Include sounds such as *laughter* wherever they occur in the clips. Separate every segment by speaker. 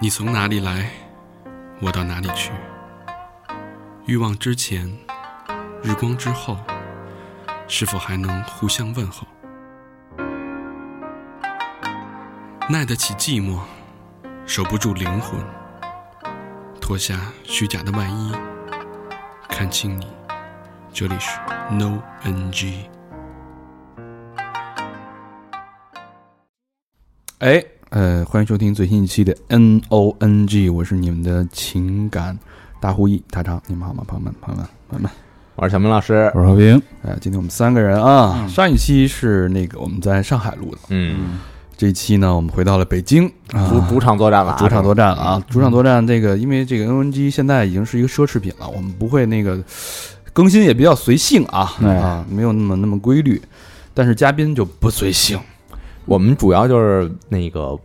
Speaker 1: 你从哪里来，我到哪里去。欲望之前，日光之后，是否还能互相问候？耐得起寂寞，守不住灵魂。脱下虚假的外衣，看清你。这里是 No NG。
Speaker 2: 哎，呃，欢迎收听最新一期的 N O N G，我是你们的情感大呼一大张，你们好吗，朋友们，朋友们，朋友们？
Speaker 3: 我是小明老师，
Speaker 4: 我是和平。
Speaker 2: 哎，今天我们三个人啊，上一期是那个我们在上海录的，
Speaker 3: 嗯，
Speaker 2: 这一期呢，我们回到了北京，啊
Speaker 3: 主主场作战了啊，
Speaker 2: 主场作战啊，主场作战这个，因为这个 N O N G 现在已经是一个奢侈品了，我们不会那个更新也比较随性啊
Speaker 4: 哎
Speaker 2: 啊，没有那么那么规律，但是嘉宾就不随性，
Speaker 3: 我们主要就是那个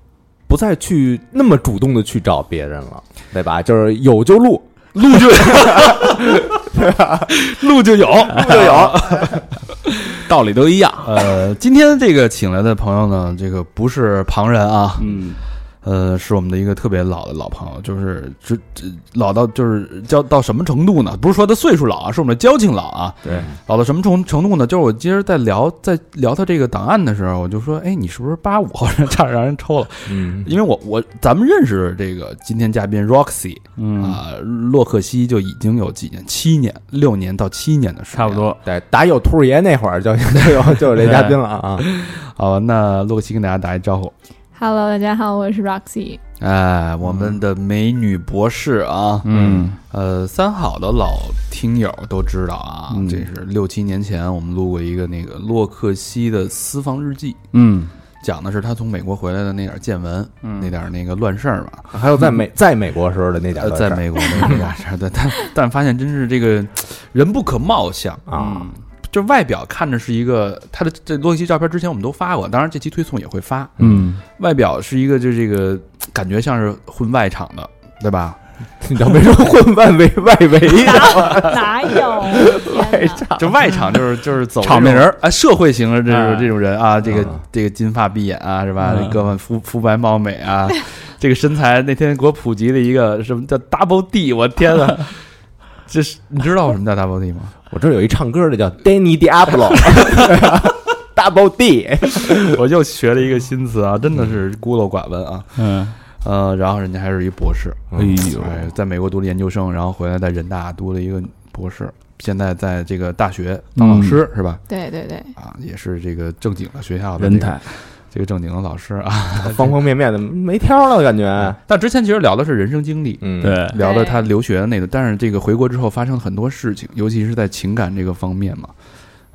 Speaker 3: 不再去那么主动的去找别人了，对吧？就是有就录，
Speaker 2: 录就有。
Speaker 3: 就有，
Speaker 2: 道理都一样。呃，今天这个请来的朋友呢，这个不是旁人啊，
Speaker 4: 嗯，
Speaker 2: 呃，是我们的一个特别老的老朋友，就是这这老到就是交到什么程度呢？不是说他岁数老啊，是我们的交情老啊，
Speaker 3: 对，
Speaker 2: 老到什么程程度呢？就是我今儿在聊在聊他这个档案的时候，我就说，哎，你是不是八五？差点让人抽
Speaker 4: *laughs*
Speaker 2: 了，
Speaker 3: 嗯，
Speaker 2: 因为我我咱们认识这个今天嘉宾 Roxy
Speaker 4: 嗯，
Speaker 2: 啊、洛克西就已经有几年，七年、六年到七年的时间，
Speaker 4: 差不多。
Speaker 3: 对，打有兔爷那会儿就 *laughs* 就有就有这嘉宾了啊，
Speaker 2: 好，那洛克西跟大家打一招呼。
Speaker 5: Hello，大家好，我是 Roxy。
Speaker 2: 哎，我们的美女博士啊，
Speaker 4: 嗯，
Speaker 2: 呃，三好的老听友都知道啊，
Speaker 4: 嗯
Speaker 2: 这是六七年前我们录过一个那个洛克希的私房日记，
Speaker 4: 嗯，
Speaker 2: 讲的是他从美国回来的那点见闻，
Speaker 4: 嗯
Speaker 2: 那点那个乱事儿嘛，
Speaker 3: 还有在美在美国时候的那点
Speaker 2: 呃
Speaker 3: 儿，
Speaker 2: 在美国的那点事
Speaker 3: *laughs*
Speaker 2: 儿，但但但发现真是这个人不可貌相，
Speaker 3: 啊，
Speaker 2: 就外表看着是一个他的这洛克希照片之前我们都发过，当然这期推送也会发，
Speaker 4: 嗯，
Speaker 2: 外表是一个就这个感觉像是混外场的，对吧？
Speaker 3: *laughs* 你知道为什么混外围外围呀？
Speaker 5: 哪有？天哪！
Speaker 2: 就外场就是就是走
Speaker 4: 场面人
Speaker 2: 儿啊，社会型的这
Speaker 4: 哎
Speaker 2: 种这种人啊，这个
Speaker 3: 嗯
Speaker 2: 这个金发碧眼啊，是吧？
Speaker 4: 嗯
Speaker 2: 这哥们肤肤白貌美啊，这个身材那天给我普及了一个什么叫 double D，我天呐，这是你知道什么叫 double D 吗？
Speaker 3: 我这儿有一唱歌的叫 Danny Diablo 。Double D，
Speaker 2: *laughs*
Speaker 3: *laughs*
Speaker 2: 我又学了一个新词啊，真的是孤陋寡闻啊。
Speaker 4: 嗯，
Speaker 2: 呃，然后人家还是一博士，
Speaker 4: 哎呦，
Speaker 2: 哎，在美国读了研究生，然后回来在人大读了一个博士，现在在这个大学当老师、是吧？
Speaker 5: 对对对，
Speaker 2: 啊，也是这个正经的学校的
Speaker 4: 人
Speaker 2: 这个
Speaker 4: 才，
Speaker 2: 这个正经的老师啊。 *laughs*
Speaker 3: 方方面面的没挑了，感觉。
Speaker 2: 但之前其实聊的是人生经历，
Speaker 3: 嗯，
Speaker 4: 对，，
Speaker 2: 聊的他留学的那个，但是这个回国之后发生了很多事情，尤其是在情感这个方面嘛，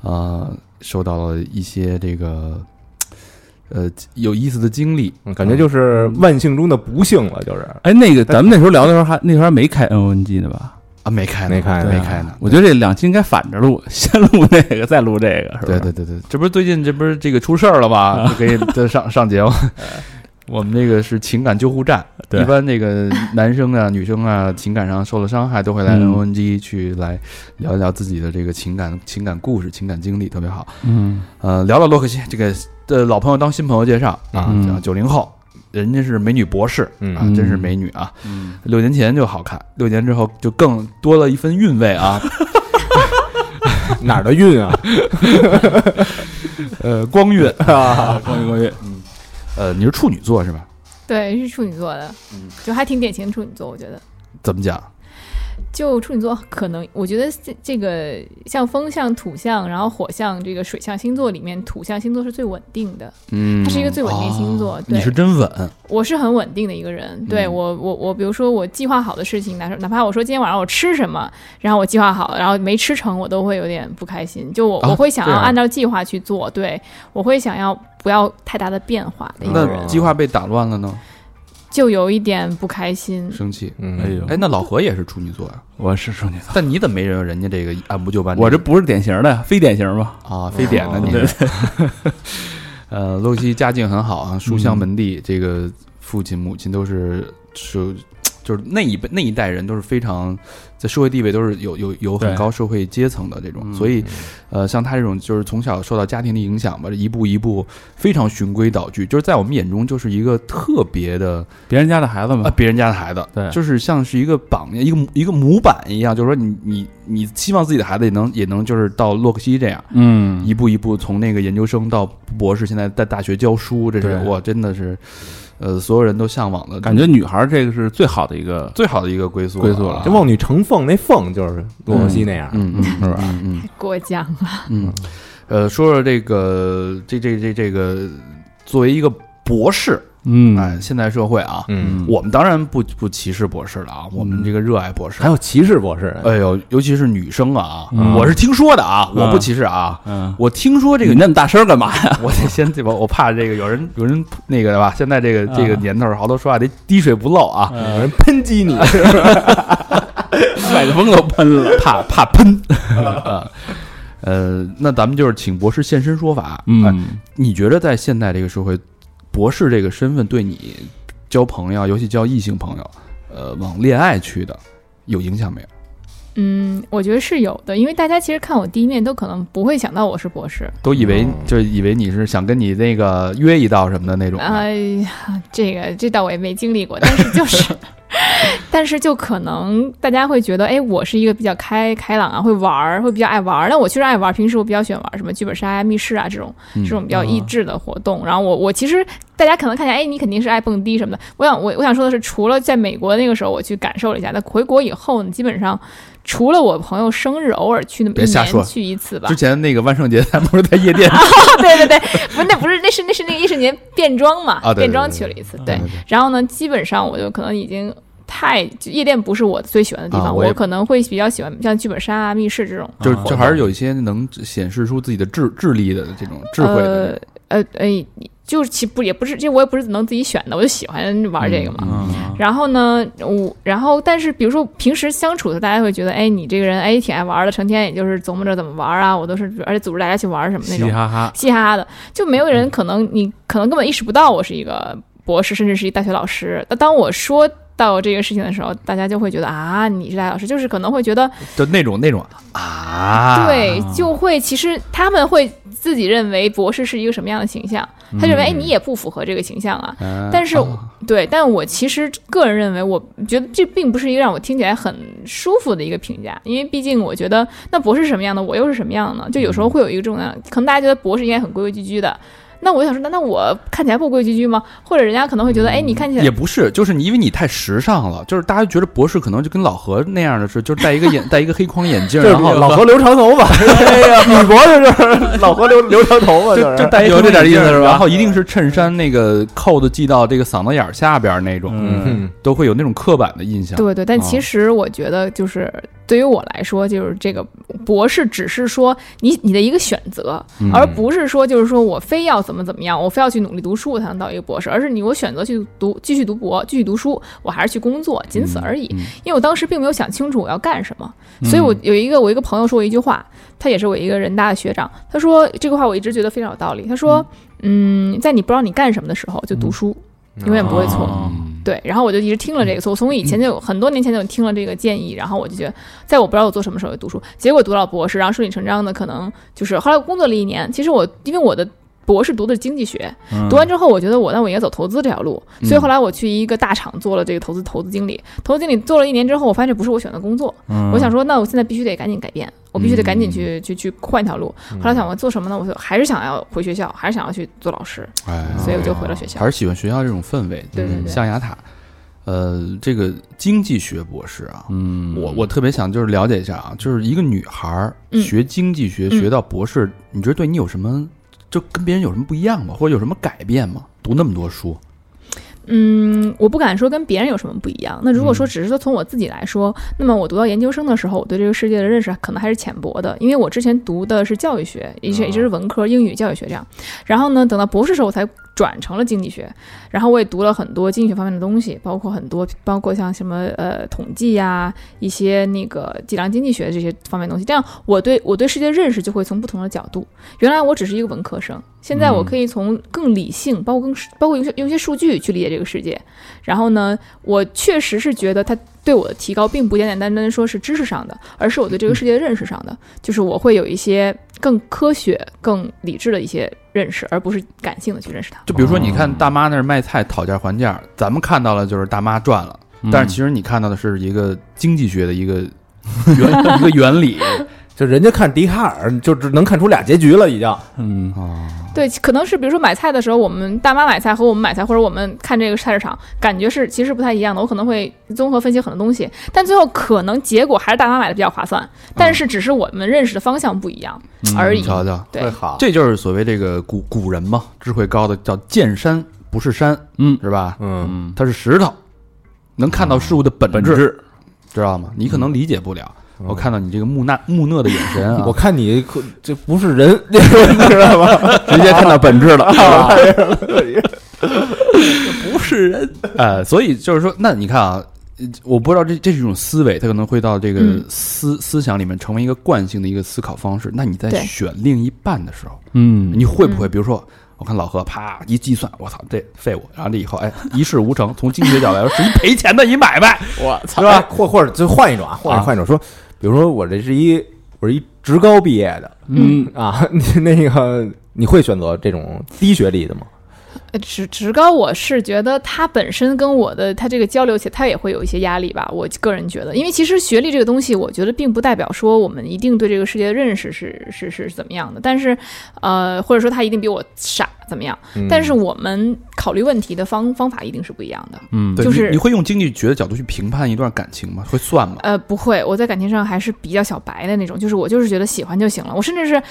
Speaker 2: 啊、受到了一些这个呃有意思的经历。
Speaker 3: 嗯感觉就是万幸中的不幸了，就是
Speaker 4: 哎，那个咱们那时候聊的时候还那时候还没开 N O N G 呢吧？
Speaker 2: 啊，没开呢，
Speaker 3: 没开呢
Speaker 2: 没开呢。
Speaker 4: 我觉得这两期应该反着录， *laughs* 先录那个，再录这个，是吧？
Speaker 2: 对对对对，这不是最近这不是这个出事儿了吧？
Speaker 4: *laughs*
Speaker 2: 就可以再上上节目。我们这个是情感救护站，
Speaker 4: 对
Speaker 2: 一般这个男生啊、女生啊，情感上受了伤害，都会来
Speaker 4: 嗯
Speaker 2: NONG 去来聊一聊自己的这个情感、情感故事、情感经历，特别好。
Speaker 4: 嗯，
Speaker 2: 呃，聊聊洛克希这个的老朋友当新朋友介绍啊
Speaker 4: 嗯，
Speaker 2: 叫九零后，人家是美女博士啊，
Speaker 3: 嗯
Speaker 2: 真是美女啊！
Speaker 4: 嗯，
Speaker 2: 六年前就好看，六年之后就更多了一份韵味啊。
Speaker 3: 哪儿的运啊？
Speaker 2: 呃，光 *laughs* 啊晕，
Speaker 4: 关于关于，
Speaker 2: 呃，你是处女座是吧？
Speaker 5: 对是处女座的，就还挺典型的处女座，我觉得。
Speaker 2: 怎么讲？
Speaker 5: 就处女座可能，我觉得这这个像风象、土象，然后火象这个水象星座里面，土象星座是最稳定的，
Speaker 2: 嗯
Speaker 5: 它是一个最稳定星座。对，
Speaker 2: 你是真稳，
Speaker 5: 我是很稳定的一个人，对、
Speaker 2: 嗯
Speaker 5: 我，我我，比如说我计划好的事情，哪哪怕我说今天晚上我吃什么，然后我计划好了，然后没吃成，我都会有点不开心。就我、
Speaker 2: 啊
Speaker 5: 我会想
Speaker 2: 这
Speaker 5: 要
Speaker 2: 样
Speaker 5: 按照计划去做，对我会想要不要太大的变化的一个
Speaker 2: 那
Speaker 5: 人，
Speaker 2: 计划被打乱了呢，
Speaker 5: 就有一点不开心。
Speaker 2: 生气。
Speaker 4: 哎
Speaker 3: 嗯，
Speaker 4: 呦，
Speaker 2: 哎，那老何也是处女座呀、
Speaker 4: 我是处女座，
Speaker 2: 但你怎么没人人家这个按部就班？
Speaker 4: 我这不是典型的，非典型吧？
Speaker 2: 啊，非典呢
Speaker 3: 哦
Speaker 2: 你
Speaker 4: 嗯对。
Speaker 2: *laughs* 呃，
Speaker 4: 嗯
Speaker 2: 露西家境很好啊，书香门第，这个父亲母亲都是就就是那一辈那一代人都是非常在社会地位都是有有有很
Speaker 4: 对
Speaker 2: 高社会阶层的这种，
Speaker 4: 嗯
Speaker 2: 所以呃，像他这种就是从小受到家庭的影响吧，一步一步非常循规蹈矩，就是在我们眼中就是一个特别的
Speaker 4: 别人家的孩子
Speaker 2: 呃
Speaker 4: 嘛，
Speaker 2: 别人家的孩子，
Speaker 4: 嗯对
Speaker 2: 就是像是一个榜样，一个一个模板一样，就是说你你你希望自己的孩子也能也能就是到洛克希这样，
Speaker 4: 嗯，
Speaker 2: 一步一步从那个研究生到博士，现在在大学教书，这是
Speaker 4: 对
Speaker 2: 我真的是，呃，所有人都向往的，
Speaker 4: 感觉女孩儿这个是最好的一个，
Speaker 2: 最好的一个归宿
Speaker 4: 归宿了
Speaker 2: 啊
Speaker 3: 就望女成凤，那凤就是罗永熙那样。
Speaker 2: 嗯嗯，是吧？嗯
Speaker 5: 过奖了，
Speaker 2: 嗯嗯，呃，说说这个这这这这个，作为一个博士，
Speaker 4: 嗯
Speaker 2: 哎，现代社会啊，
Speaker 3: 嗯，
Speaker 2: 我们当然不不歧视博士了啊，我们这个热爱博士
Speaker 3: 还。有骑士博士，
Speaker 2: 哎呦，尤其是女生啊，
Speaker 4: 嗯
Speaker 2: 我是听说的啊，
Speaker 4: 嗯
Speaker 2: 我不歧视啊，
Speaker 4: 嗯，
Speaker 2: 我听说这
Speaker 4: 这
Speaker 2: 个
Speaker 4: 个你那么大声干嘛呀？
Speaker 2: *laughs* 我得先对吧？我怕这个有人有人那个对吧？现在这个
Speaker 4: 啊
Speaker 2: 这个年头儿，好多说话得滴水不漏啊，
Speaker 3: 有人喷击你，
Speaker 4: 麦克风都喷了，
Speaker 2: 怕怕喷啊。呃，那咱们就是请博士现身说法。哎，
Speaker 4: 嗯，
Speaker 2: 你觉得在现代这个社会，博士这个身份对你交朋友，尤其交异性朋友，呃，往恋爱去的有影响没有？
Speaker 5: 嗯，我觉得是有的，因为大家其实看我第一面都可能不会想到我是博士，
Speaker 2: 都以
Speaker 5: 嗯
Speaker 2: 为就以为你是想跟你那个约一道什么的那种的。
Speaker 5: 哎呀，这个这倒我也没经历过，但是
Speaker 2: *laughs*
Speaker 5: 就是， *laughs* 但是就可能大家会觉得，哎，我是一个比较开开朗啊，会玩儿，会比较爱玩儿。那我确实爱玩儿，平时我比较喜欢玩儿什么剧本杀呀、密室啊这种
Speaker 2: 嗯
Speaker 5: 这种比较
Speaker 4: 嗯
Speaker 5: 益智的活动。然后我我其实大家可能看见，哎，你肯定是爱蹦迪什么的。我想我我想说的是，除了在美国那个时候我去感受了一下，那回国以后，你基本上除了我朋友生日偶尔去那么
Speaker 2: 别
Speaker 5: 一
Speaker 2: 瞎说
Speaker 5: 年去一次吧
Speaker 2: 之，前那个万圣节，咱不是在夜
Speaker 5: *laughs*
Speaker 2: 店
Speaker 5: 对对对，不是那不是那是那是那个一瞬间变装嘛，
Speaker 2: 啊对对对
Speaker 5: 变装去了一次，对。然后呢，基本上我就可能已经太就夜店不是我最喜欢的地方，
Speaker 2: 啊我
Speaker 5: 我
Speaker 2: 也
Speaker 5: 可能会比较喜欢像剧本杀、啊、密室这种。
Speaker 2: 就
Speaker 4: 啊
Speaker 2: 就还是有一些能显示出自己的智智力的这种智慧的那种。
Speaker 5: 呃呃哎，就是其不也不是，这我也不是能自己选的，我就喜欢玩呃这个嘛。
Speaker 4: 嗯
Speaker 5: 然后呢，我然后但是比如说平时相处的时候，大家会觉得，哎，你这个人哎挺爱玩的，成天也就是琢磨着怎么玩啊，我都是而且组织大家去玩什么那
Speaker 4: 嘻
Speaker 5: 种
Speaker 4: 嘻。哈哈，
Speaker 5: 嘻哈哈的，就没有人可能你可能根本意识不到我是一个博士，甚至是一大学老师。那当我说到这个事情的时候，大家就会觉得啊，你是大学老师，就是可能会觉得
Speaker 2: 就那种那种啊，
Speaker 5: 对，就会其实他们会自己认为博士是一个什么样的形象，他认为哎你也不符合这个形象啊。
Speaker 2: 啊
Speaker 5: 但是对，但我其实个人认为，我觉得这并不是一个让我听起来很舒服的一个评价，因为毕竟我觉得那博士是什么样的，我又是什么样的，就有时
Speaker 2: 嗯
Speaker 5: 候会有一个这种样，可能大家觉得博士应该很规规矩矩的。那我想说，那那我看起来不规规矩矩吗？或者人家可能会觉得，哎，你看起
Speaker 2: 嗯
Speaker 5: 来
Speaker 2: 也不是，就是你因为你太时尚了，就是大家觉得博士可能就跟老何那样的是，就是戴一个眼 *laughs* 戴一个黑框眼镜，
Speaker 3: 就是
Speaker 2: 然后
Speaker 3: 老何留长
Speaker 2: *laughs*
Speaker 3: 头发，哎呀，女博士就是老何留留长头发， *laughs*
Speaker 2: 就就
Speaker 3: 就是
Speaker 2: 戴一个
Speaker 4: 有这点意思是吧嗯
Speaker 2: 然后一定是衬衫那个扣子系到这个嗓子眼儿下边儿那种，
Speaker 4: 嗯，
Speaker 2: 都会有那种刻板的印象。
Speaker 5: 对对，但其
Speaker 2: 哦
Speaker 5: 实我觉得，就是对于我来说，就是这个博士只是说你你的一个选择，
Speaker 2: 嗯
Speaker 5: 而不是说就是说我非要怎么怎么样，我非要去努力读书我才能到一个博士，而是你我选择去读继续读博，继续读书，我还是去工作，仅此而已。
Speaker 2: 嗯
Speaker 5: 因为我当时并没有想清楚我要干什么，所以我有一个我一个朋友说我一句话，他也是我一个人大的学长，他说这个话我一直觉得非常有道理。他说，嗯，在你不知道你干什么的时候就读书，永远不会错。
Speaker 4: 哦
Speaker 2: 嗯
Speaker 5: 对，然后我就一直听了这个，所以我从以前就有很多年前就听了这个建议，然后我就觉得，在我不知道我做什么时候读书，结果读到博士，然后顺理成章的可能就是后来我工作了一年，其实我因为我的。博士读的是经济学，
Speaker 4: 嗯
Speaker 5: 读完之后，我觉得我那我应该走投资这条路，所以后来我去一个大厂做了这个投资投资经理，投资经理做了一年之后，我发现这不是我选的工作，
Speaker 4: 嗯
Speaker 5: 我想说，那我现在必须得赶紧改变，我必须得赶紧去、去去换一条路。
Speaker 3: 嗯
Speaker 5: 后来想我做什么呢？我就还是想要回学校，还是想要去做老师，
Speaker 2: 哎，
Speaker 5: 所以我就回了学校。
Speaker 2: 还是喜欢学校这种氛围，嗯
Speaker 5: 对对对
Speaker 2: 象牙塔。呃，这个经济学博士啊，嗯，我我特别想就是了解一下啊，就是一个女孩儿
Speaker 5: 嗯
Speaker 2: 学经济学、
Speaker 5: 嗯
Speaker 2: 学到博士，你觉得对你有什么，就跟别人有什么不一样吗？或者有什么改变吗？读那么多书，
Speaker 5: 嗯，我不敢说跟别人有什么不一样。那如果说只是说从我自己来说，那么我读到研究生的时候，我对这个世界的认识可能还是浅薄的，因为我之前读的是教育学，也是也就是文科，英语教育学这样。然后呢，等到博士时候，我才转成了经济学，然后我也读了很多经济学方面的东西，包括很多，包括像什么呃统计呀、一些那个计量经济学这些方面的东西。这样我对我对世界认识就会从不同的角度。原来我只是一个文科生，现在我可以从更理性，包括更包括用一些用一些数据去理解这个世界。然后呢，我确实是觉得它对我的提高并不简简单单地说是知识上的，而是我对这个世界的认识上的，就是我会有一些更科学、更理智的一些认识，而不是感性的去认识它。
Speaker 2: 就比如说，你看大妈那儿卖菜讨价还价，咱们看到了就是大妈赚了，
Speaker 4: 嗯
Speaker 2: 但是其实你看到的是一个经济学的一个原 *laughs* 一个原理
Speaker 3: 就人家看笛卡尔，就只能看出俩结局了，已经。
Speaker 4: 嗯，
Speaker 2: 啊，
Speaker 5: 对，可能是比如说买菜的时候，我们大妈买菜和我们买菜，或者我们看这个菜市场，感觉是其实不太一样的。我可能会综合分析很多东西，但最后可能结果还是大妈买的比较划算，但是只是我们认识的方向不一样 *laughs*
Speaker 2: 嗯
Speaker 5: 而已。
Speaker 2: 瞧瞧，
Speaker 5: 对
Speaker 3: 会好，
Speaker 2: 这就是所谓这个古古人嘛，智慧高的叫见山不是山，
Speaker 4: 嗯
Speaker 2: 是吧？
Speaker 3: 嗯，
Speaker 2: 它是石头，能看到事物的哦本质，
Speaker 4: 本质
Speaker 2: 知道吗？你可能理解不了。
Speaker 3: 嗯
Speaker 2: 我看到你这个木讷木讷的眼神啊， *laughs*
Speaker 3: 我看你可这不是人， *laughs* 你知道吗？
Speaker 2: 直接看到本质 *laughs* 了，是吧不是人。呃，所以就是说，那你看啊，呃我不知道这这是一种思维，它可能会到这个
Speaker 5: 嗯
Speaker 2: 思、思想里面成为一个惯性的一个思考方式。那你在
Speaker 5: 对
Speaker 2: 选另一半的时候，
Speaker 4: 嗯，
Speaker 2: 你会不会比如说？我看老何啪一计算，我操，这废物！然后这以后，哎，一事无成。从经济学角度来说，是一赔钱的一买卖。
Speaker 4: 我
Speaker 3: 对吧？或或者就换一种啊，或者换一种说，比如说我这是一我是一职高毕业的
Speaker 4: 嗯，
Speaker 3: 啊， *laughs* 你那个你会选择这种低学历的吗？
Speaker 5: 呃职职高，我是觉得它本身跟我的它这个交流起来，它也会有一些压力吧。我个人觉得，因为其实学历这个东西，我觉得并不代表说我们一定对这个世界的认识是是是是怎么样的，但是呃，或者说他一定比我傻怎么样，
Speaker 3: 嗯
Speaker 5: 但是我们考虑问题的方方法一定是不一样的。
Speaker 4: 嗯，
Speaker 2: 对，
Speaker 5: 就是
Speaker 2: 你你会用经济学的角度去评判一段感情吗？会算吗？
Speaker 5: 呃，不会，我在感情上还是比较小白的那种，就是我就是觉得喜欢就行了。我甚至是，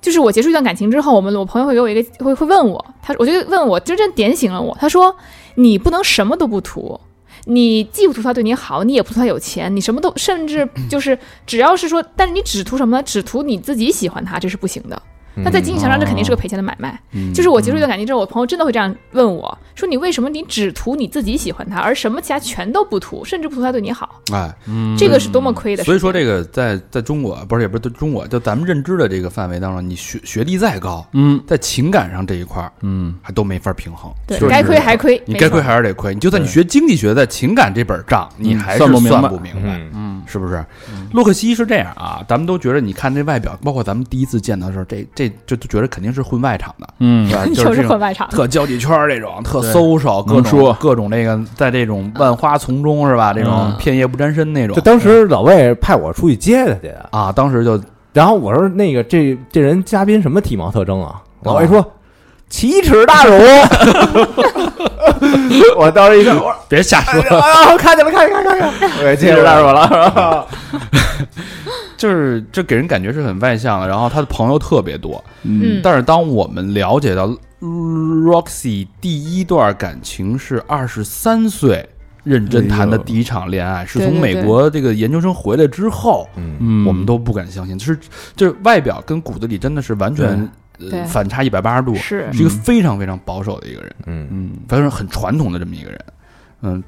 Speaker 5: 就是我结束一段感情之后，我们我朋友会给我一个会会问我，他我就问我，就真点醒了我。他说你不能什么都不图。你既不图他对你好，你也不图他有钱，你什么都
Speaker 2: *clears throat*
Speaker 5: 甚至就是只要是说，但是你只图什么呢？只图你自己喜欢他，这是不行的。那在经济学上，这肯定是个赔钱的买卖。
Speaker 2: 嗯
Speaker 5: 就是我结束一段感情之后，我朋友真的会这样问我说：“你为什么你只图你自己喜欢他，而什么其他全都不图，甚至不图他对你好？
Speaker 2: 哎，
Speaker 5: 这个是多么亏的事情！”
Speaker 2: 所以说，这个在在中国啊不是也不是中国，就咱们认知的这个范围当中，你学学历再高，
Speaker 4: 嗯
Speaker 2: 在情感上这一块儿
Speaker 4: 嗯，
Speaker 2: 还都没法平衡。
Speaker 5: 对
Speaker 2: 就是
Speaker 5: 该亏还亏，
Speaker 2: 你
Speaker 5: 没
Speaker 2: 该
Speaker 5: 错
Speaker 2: 亏
Speaker 5: *laughs*
Speaker 2: 还是得亏。你就算你学经济学，在情感这本账，你还是
Speaker 4: 算不明白
Speaker 2: 算不明白，
Speaker 3: 嗯，
Speaker 2: 是不是？洛克希是这样啊，咱们都觉得，你看这外表，包括咱们第一次见到的时候，这这这就觉得肯定是混外场的，
Speaker 4: 嗯
Speaker 2: 是
Speaker 5: *laughs*
Speaker 2: 吧？啊就
Speaker 5: 就是
Speaker 2: 这
Speaker 5: 是混
Speaker 2: 种
Speaker 5: 外场。
Speaker 2: 特交际圈儿这种，特
Speaker 4: 对
Speaker 2: social，各
Speaker 4: 能
Speaker 2: 种
Speaker 4: 说
Speaker 2: 各种那个，在这种万花丛中是吧？这种
Speaker 4: 嗯
Speaker 2: 片叶不沾身那种
Speaker 3: 就。当时老魏派我出去接他去，
Speaker 2: 啊，当时就
Speaker 3: 然后我说那个这这人嘉宾什么体貌特征啊？老魏说奇齿大辱， *laughs* 我当时一看，我说
Speaker 2: *laughs* 别瞎
Speaker 3: 哎呀，看见了，看见了，看见了，我给奇齿大辱了，
Speaker 2: 就是这给人感觉是很外向的，然后他的朋友特别多。
Speaker 5: 嗯，
Speaker 2: 但是当我们了解到呃 Roxy 第一段感情是二十三岁认真谈的
Speaker 3: 哎
Speaker 2: 第一场恋爱，是从
Speaker 5: 对对
Speaker 2: 美
Speaker 5: 对
Speaker 2: 国这个研究生回来之后，
Speaker 3: 嗯
Speaker 4: 嗯，
Speaker 2: 我们都不敢相信，就是就是外表跟骨子里真的是完全
Speaker 5: 对
Speaker 2: 呃反差一百八十度，
Speaker 5: 是
Speaker 2: 是一个非常非常保守的一个人，
Speaker 3: 嗯，
Speaker 4: 嗯
Speaker 2: 反正很传统的这么一个人。嗯，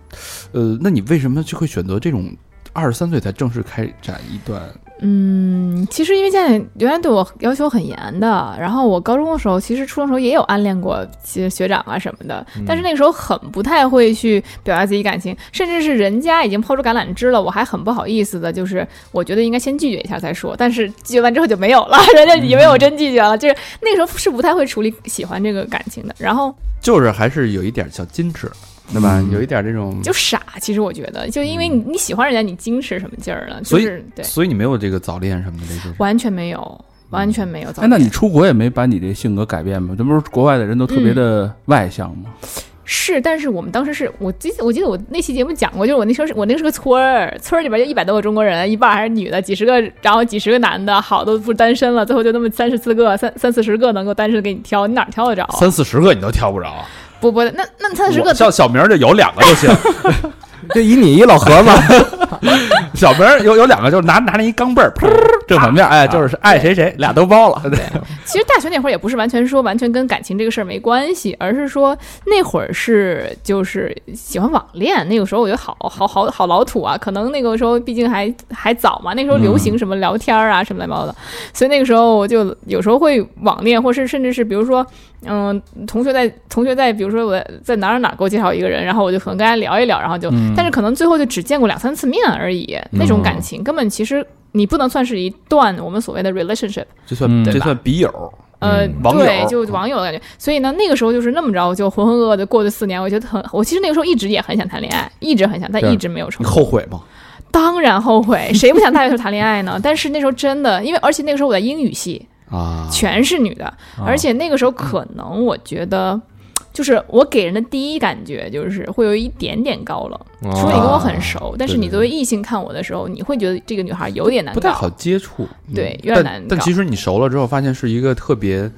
Speaker 2: 呃，那你为什么就会选择这种二十三岁才正式开展一段？
Speaker 5: 嗯，其实因为家里原来对我要求很严的，然后我高中的时候，其实初中的时候也有暗恋过其实学长啊什么的，
Speaker 2: 嗯
Speaker 5: 但是那个时候很不太会去表达自己感情，甚至是人家已经抛出橄榄枝了，我还很不好意思的，就是我觉得应该先拒绝一下再说，但是拒绝完之后就没有了，人家以为我真拒绝了，就是那个时候是不太会处理喜欢这个感情的，然后
Speaker 2: 就是还是有一点小矜持，对吧？有一点这种
Speaker 5: 就傻，其实我觉得，就因为
Speaker 4: 嗯
Speaker 5: 你你喜欢人家，你矜持什么劲儿呢？
Speaker 2: 所以
Speaker 5: 就是对，
Speaker 2: 所以你没有这个早恋什么的这种。
Speaker 5: 完全没有，完全没有早
Speaker 4: 哎，
Speaker 5: 恋。
Speaker 4: 那你出国也没把你这性格改变吗？这不是国外的人都特别的外向吗？
Speaker 5: 是，但是我们当时是我记得，我记得我那期节目讲过，就是我那时候是我那是个村儿，村儿里边就一百多个中国人，一半还是女的，几十个，然后几十个男的，好都不单身了，最后就那么三十四个、三三四十个能够单身的给你挑，你哪儿挑得着啊？
Speaker 2: 三四十个你都挑不着，啊
Speaker 5: 不不，那那三四十个
Speaker 2: *laughs* 我像小明儿就有两个就行。
Speaker 3: 这以你一老何嘛，
Speaker 2: 小明儿有有两个，就是拿拿着一钢镚儿，噗正反面，哎，就是爱谁谁，俩都包了。
Speaker 5: 其实大学那会儿也不是完全说完全跟感情这个事儿没关系，而是说那会儿是就是喜欢网恋。那个时候我觉得好好好好老土啊，可能那个时候毕竟还还早嘛，那时候流行什么聊天儿啊、什么乱七八糟的，所以那个时候我就有时候会网恋，或是甚至是比如说，嗯，同学在同学在比如说我在哪儿哪儿给我介绍一个人，然后我就可能跟他聊一聊，然后就、
Speaker 2: 嗯
Speaker 5: 但是可能最后就只见过两三次面而已，那种感情根本其实你不能算是一段我们所谓的 relationship。
Speaker 2: 这算、
Speaker 4: 嗯
Speaker 2: 这
Speaker 5: 对吧
Speaker 2: 算笔友，
Speaker 5: 呃，
Speaker 3: 嗯
Speaker 2: 网
Speaker 5: 对
Speaker 2: 友，
Speaker 5: 就网友的感觉。所以呢，那个时候就是那么着，就浑浑噩噩的过去四年。我觉得很，我其实那个时候一直也很想谈恋爱，一直很想，但
Speaker 2: 对
Speaker 5: 一直没有成
Speaker 2: 你
Speaker 5: 功。
Speaker 2: 后悔吗？
Speaker 5: 当然后悔，谁不想大学时候谈恋爱呢？但是那时候真的，因为而且那个时候我在英语系，
Speaker 2: 啊，
Speaker 5: 全是女的，而且那个时候可能我觉得。就是我给人的第一感觉就是会有一点点高冷，
Speaker 2: 啊
Speaker 5: 除非你跟我很熟，但是你作为异性看我的时候，你会觉得这个女孩有点难
Speaker 2: 不
Speaker 5: 搞，
Speaker 2: 太好接触。嗯
Speaker 5: 对有点
Speaker 2: 但
Speaker 5: 难
Speaker 2: 但
Speaker 5: 搞
Speaker 2: 其实你熟了之后，发现是一个特别，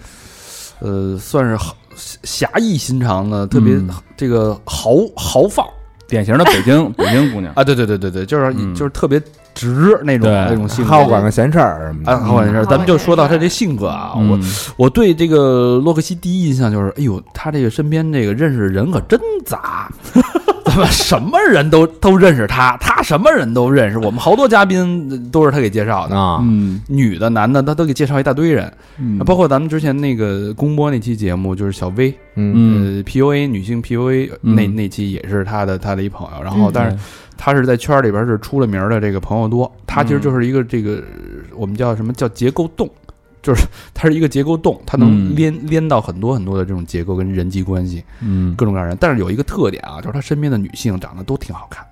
Speaker 2: 呃，算是好侠义心肠的，特别
Speaker 4: 嗯
Speaker 2: 这个豪豪放
Speaker 4: 典型的北京北京姑娘，
Speaker 2: 啊！对对对对对，就是
Speaker 4: 嗯
Speaker 2: 就是特别直那种
Speaker 4: 对
Speaker 2: 那种性格。
Speaker 3: 好管个闲事儿什么
Speaker 2: 啊，
Speaker 3: 的，
Speaker 2: 好管事儿，
Speaker 5: 嗯
Speaker 2: 咱们就说到他这性格啊，我
Speaker 4: 嗯
Speaker 2: 我对这个洛克希第一印象就是，哎呦，他这个身边这个认识人可真杂， *laughs* 怎么什么人都都认识他，他什么人都认识。我们好多嘉宾都是他给介绍的，
Speaker 3: 啊，
Speaker 4: 嗯
Speaker 2: 女的、男的，他都给介绍一大堆人，
Speaker 4: 嗯
Speaker 2: 包括咱们之前那个公播那期节目，就是小薇，
Speaker 3: 嗯
Speaker 4: 嗯
Speaker 2: 呃，PUA 女性 PUA
Speaker 4: 嗯
Speaker 2: 那那期也是他的他的一朋友，然后
Speaker 5: 嗯
Speaker 2: 但是他是在圈里边是出了名儿的这个朋友多，他其实就是一个这个我们叫什么叫结构洞，就是他是一个结构洞，他能
Speaker 4: 嗯
Speaker 2: 连连到很多很多的这种结构跟人际关系
Speaker 4: 嗯
Speaker 2: 各种各样的人，但是有一个特点啊，就是他身边的女性长得都挺好看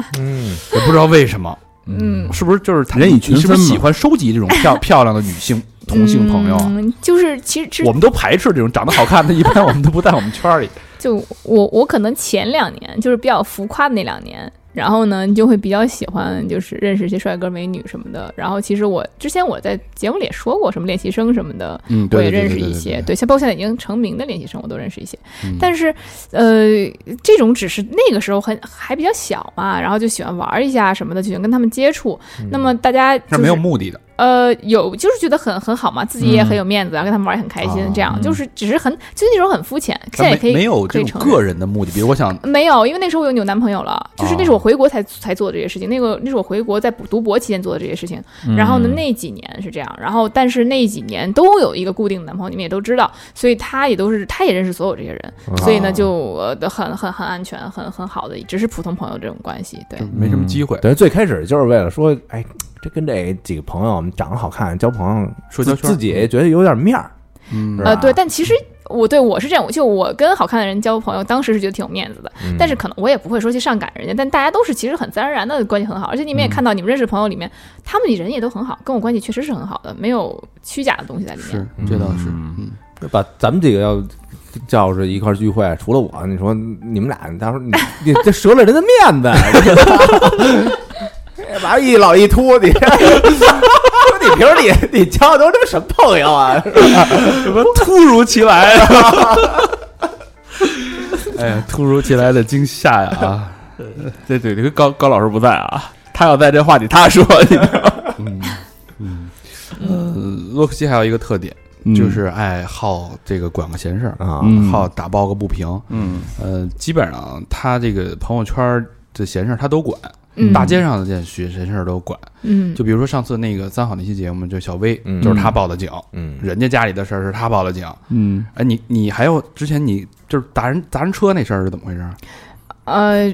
Speaker 2: 的，
Speaker 3: 嗯，
Speaker 2: 也不知道为什么，
Speaker 5: 嗯，
Speaker 2: 是不是就是他
Speaker 4: 人以
Speaker 2: 你
Speaker 4: 群
Speaker 2: 你是不是
Speaker 4: 分嘛
Speaker 2: 喜欢收集这种漂 *laughs* 漂亮的女性同性朋友啊？
Speaker 5: 嗯，就是其实其实
Speaker 2: 我们都排斥这种长得好
Speaker 5: *laughs*
Speaker 2: 看的，一般我们都不在我们圈里。
Speaker 5: 就我我可能前两年就是比较浮夸的那两年，然后呢就会比较喜欢就是认识一些帅哥美女什么的。然后其实我之前我在节目里也说过，什么练习生什么的，
Speaker 2: 嗯，
Speaker 5: 我也
Speaker 2: 对，对嗯
Speaker 5: 认识一些。，像包括现在已经成名的练习生，我都认识一些。但是呃，这种只是那个时候很还比较小嘛，然后就喜欢玩一下什么的，就想跟他们接触。
Speaker 2: 嗯
Speaker 3: 嗯
Speaker 5: 那么大家就是是
Speaker 2: 没有目的的。
Speaker 5: 呃，有就是觉得很很好嘛，自己也很有面子，然后跟他们玩也很开心，
Speaker 2: 啊
Speaker 5: 这样就是只是很就那时候很肤浅，现
Speaker 2: 咱
Speaker 5: 在也
Speaker 2: 没
Speaker 5: 可以
Speaker 2: 没有
Speaker 5: 可
Speaker 2: 这
Speaker 5: 以
Speaker 2: 种
Speaker 5: 承认
Speaker 2: 个人的目的，比如我想
Speaker 5: 没有，因为那时候我有有男朋友了，就是那是
Speaker 2: 哦
Speaker 5: 我回国才、才做的这些事情，那个那是我回国在读博期间做的这些事情。
Speaker 4: 嗯
Speaker 5: 然后呢，那几年是这样，然后但是那几年都有一个固定的男朋友，你们也都知道，所以他也都是他也认识所有这些人，所以呢就呃很很很安全，很很好的，只是普通朋友这种关系。对，
Speaker 2: 没什么机会，
Speaker 3: 等于最开始就是为了说，哎，这跟这几个朋友长得好看，交朋友，
Speaker 2: 社交
Speaker 3: 自
Speaker 2: 圈
Speaker 3: 自己也觉得有点面儿，
Speaker 2: 嗯
Speaker 3: 是吧
Speaker 5: 呃对，但其实我对我是这样，我就我跟好看的人交朋友，当时是觉得挺有面子的，
Speaker 3: 嗯
Speaker 5: 但是可能我也不会说去上赶人家，但大家都是其实很自然而然的关系很好，而且你们
Speaker 2: 嗯
Speaker 5: 也看到，你们认识的朋友里面，他们人也都很好，跟我关系确实是很好的，没有虚假的东西在里面
Speaker 2: 是。这倒是，
Speaker 4: 嗯
Speaker 3: 把咱们几个要叫是一块儿聚会，除了我，你说你们俩，到时候你你这折了人的面子，啊 *laughs* 这玩意一老一秃，你说你平时你你交的都他妈什么朋友啊？
Speaker 2: 什么突如其
Speaker 4: *laughs*
Speaker 2: 来？哎呀，突如其来的惊吓呀！
Speaker 4: *laughs*
Speaker 2: 啊，
Speaker 4: 这对这个高高老师不在啊，他要在这话题他说， *laughs*
Speaker 2: 嗯，洛克希还有一个特点，
Speaker 4: 嗯
Speaker 2: 就是爱好这个管个闲事儿，
Speaker 3: 啊
Speaker 4: 嗯
Speaker 2: 好打抱个不平。
Speaker 4: 嗯
Speaker 2: 呃，基本上他这个朋友圈的闲事儿他都管，
Speaker 5: 嗯，
Speaker 2: 大街上的这些闲事儿都管。
Speaker 5: 嗯，
Speaker 2: 就比如说上次那个三好那期节目，就小薇，
Speaker 3: 嗯
Speaker 2: 就是他报的警，
Speaker 3: 嗯
Speaker 2: 人家家里的事儿是他报的警。
Speaker 4: 嗯
Speaker 2: 哎，你你还有之前你就是砸人砸人车那事儿是怎么回事？
Speaker 5: 呃，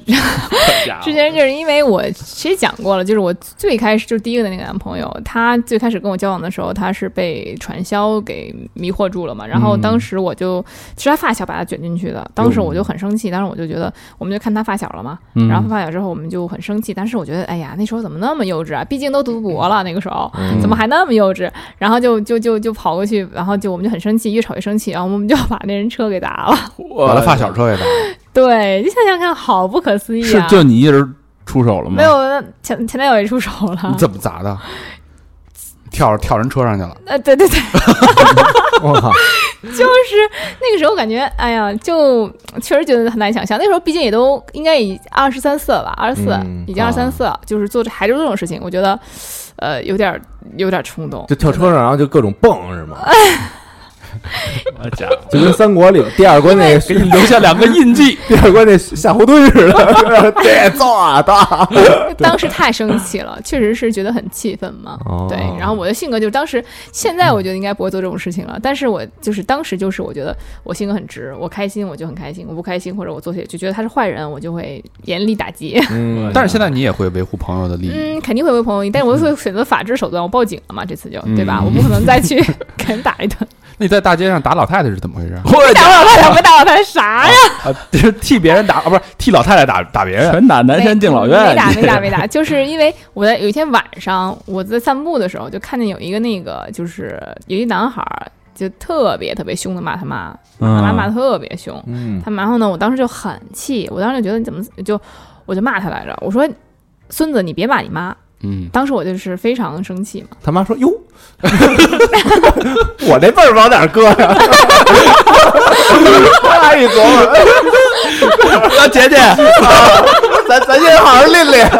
Speaker 5: 之前就是因为我其实讲过了，就是我最开始就是第一个的那个男朋友，他最开始跟我交往的时候，他是被传销给迷惑住了嘛。然后当时我就，其实他发小把他卷进去的，当时我就很生气，当时我就觉得，我们就看他发小了嘛，
Speaker 4: 嗯
Speaker 5: 然后发小之后我们就很生气，但是我觉得，哎呀，那时候怎么那么幼稚啊？毕竟都读博了，那个时候
Speaker 3: 嗯
Speaker 5: 怎么还那么幼稚？然后就就就就跑过去，然后就我们就很生气，越吵越生气，然后我们就把那人车给砸了。 *laughs*
Speaker 2: 把他发小车给砸了。
Speaker 5: 对，你想想看，好不可思议
Speaker 4: 是
Speaker 5: 啊！
Speaker 4: 就你一人出手了吗？
Speaker 5: 没有，那前前男友也出手了。
Speaker 2: 你怎么砸的？跳跳人车上去了。
Speaker 5: 呃，对对对， *laughs*
Speaker 3: 我靠，
Speaker 5: 就是那个时候感觉，哎呀，就确实觉得很难想象。那时候毕竟也都应该已二十三四了吧，二十四
Speaker 3: 嗯，
Speaker 5: 已经二十三四了，就是做这还做这种事情，我觉得，呃，有点有点冲
Speaker 3: *laughs*
Speaker 5: 动。
Speaker 3: 就跳车上，然后就各种蹦是吗？
Speaker 2: 我
Speaker 5: 啊
Speaker 2: 家伙，
Speaker 3: 就跟三国里第二关那
Speaker 2: 给你留下两个印记。
Speaker 3: 第二关那夏侯惇似 *laughs* 的，这揍啊大！
Speaker 5: 当时太生气了，
Speaker 3: *laughs*
Speaker 5: 确实是觉得很气愤嘛。
Speaker 3: 哦
Speaker 5: 对，然后我的性格就是当时，现在我觉得应该不会做这种事情了，
Speaker 3: 嗯
Speaker 5: 但是我就是当时就是我觉得我性格很直，我开心我就很开心，我不开心或者我做些就觉得他是坏人，我就会严厉打击。
Speaker 3: 嗯
Speaker 2: *laughs* 但是现在你也会维护朋友的利益，
Speaker 5: 嗯，肯定会为朋友，但是我会选择法治手段，我报警了嘛，这次就
Speaker 4: 嗯
Speaker 5: 对吧？我不可能再去 *laughs* 给人打一
Speaker 4: *laughs*
Speaker 5: 顿，
Speaker 2: 那你在大街上打老太太是怎么回事？
Speaker 5: 没打我太太，没打我太太啥呀？
Speaker 4: 哦
Speaker 2: 啊， *laughs* 就是替别人打啊，不是替老太太打打别人。
Speaker 4: 全打南山
Speaker 5: 没
Speaker 4: 敬老
Speaker 5: 嗯没
Speaker 4: 院，
Speaker 5: 打没
Speaker 4: 你
Speaker 5: 打没打，就是因为我在有一天晚上我在散步的时候，就看见有一个那个就是有一男孩儿就特别特别凶的骂他妈，
Speaker 4: 嗯
Speaker 5: 他妈骂
Speaker 4: 啊
Speaker 5: 得特别凶，
Speaker 3: 嗯，
Speaker 5: 他然后呢，我当时就很气，我当时就觉得你怎么就我就骂他来着，我说孙子你别骂你妈，
Speaker 2: 嗯，
Speaker 5: 当时我就是非常
Speaker 4: *laughs*
Speaker 5: 生气嘛。
Speaker 3: 他妈说哟，我这辈儿往哪儿搁呀？太琢磨，
Speaker 2: 啊，姐姐，
Speaker 3: 咱咱先好好练练，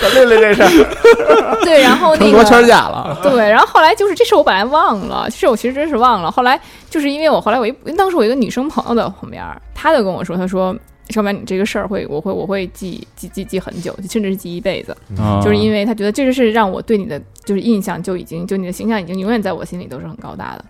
Speaker 3: 咱练练这事儿。
Speaker 5: 对，然后那
Speaker 3: 成罗
Speaker 5: 个
Speaker 3: 圈架
Speaker 2: *laughs*
Speaker 3: 了，
Speaker 5: 对，然后后来就是这事我本来忘了，这事我其实真是忘了。后来就是因为我后来我一当时我一个女生朋友在我旁边，她就跟我说，她说哎小淼，你这个事儿会我会我会记记记记很久，甚至是记一辈子，
Speaker 2: 嗯
Speaker 4: 啊
Speaker 5: 就是因为她觉得这个事让我对你的就是印象就已经就你的形象已经永远在我心里都是很高大的。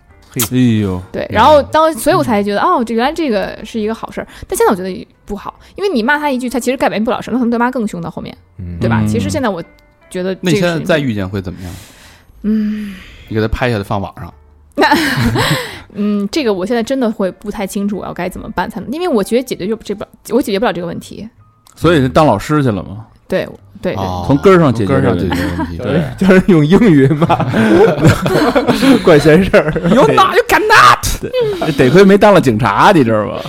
Speaker 4: 哎呦，
Speaker 5: 对，然后当所以我才
Speaker 2: 嗯
Speaker 5: 觉得哦，这原来这个是一个好事儿，但现在我觉得不好，因为你骂他一句，他其实改变不了什么，可能对妈更凶到后面，对吧？
Speaker 4: 嗯
Speaker 5: 其实现在我觉得
Speaker 2: 那
Speaker 5: 这
Speaker 2: 你现
Speaker 5: 个
Speaker 2: 在
Speaker 5: 事情
Speaker 2: 再遇见会怎么样？
Speaker 5: 嗯
Speaker 2: 你给他拍下来放网上，
Speaker 5: 嗯，这个我现在真的会不太清楚我要该怎么办才能，因为我觉得解决就这不我解决不了这个问题，
Speaker 4: 所以就当老师去了嘛，
Speaker 5: 对对对，
Speaker 2: 哦
Speaker 4: 从根儿上解
Speaker 2: 从
Speaker 4: 决
Speaker 2: 根儿上
Speaker 4: 这
Speaker 2: 解
Speaker 4: 个
Speaker 2: 决问题。
Speaker 3: 对，就是用英语
Speaker 4: *laughs*
Speaker 3: 骂，管闲事儿。
Speaker 2: 有哪有敢打？
Speaker 4: 得亏没当了警察，你知道吧？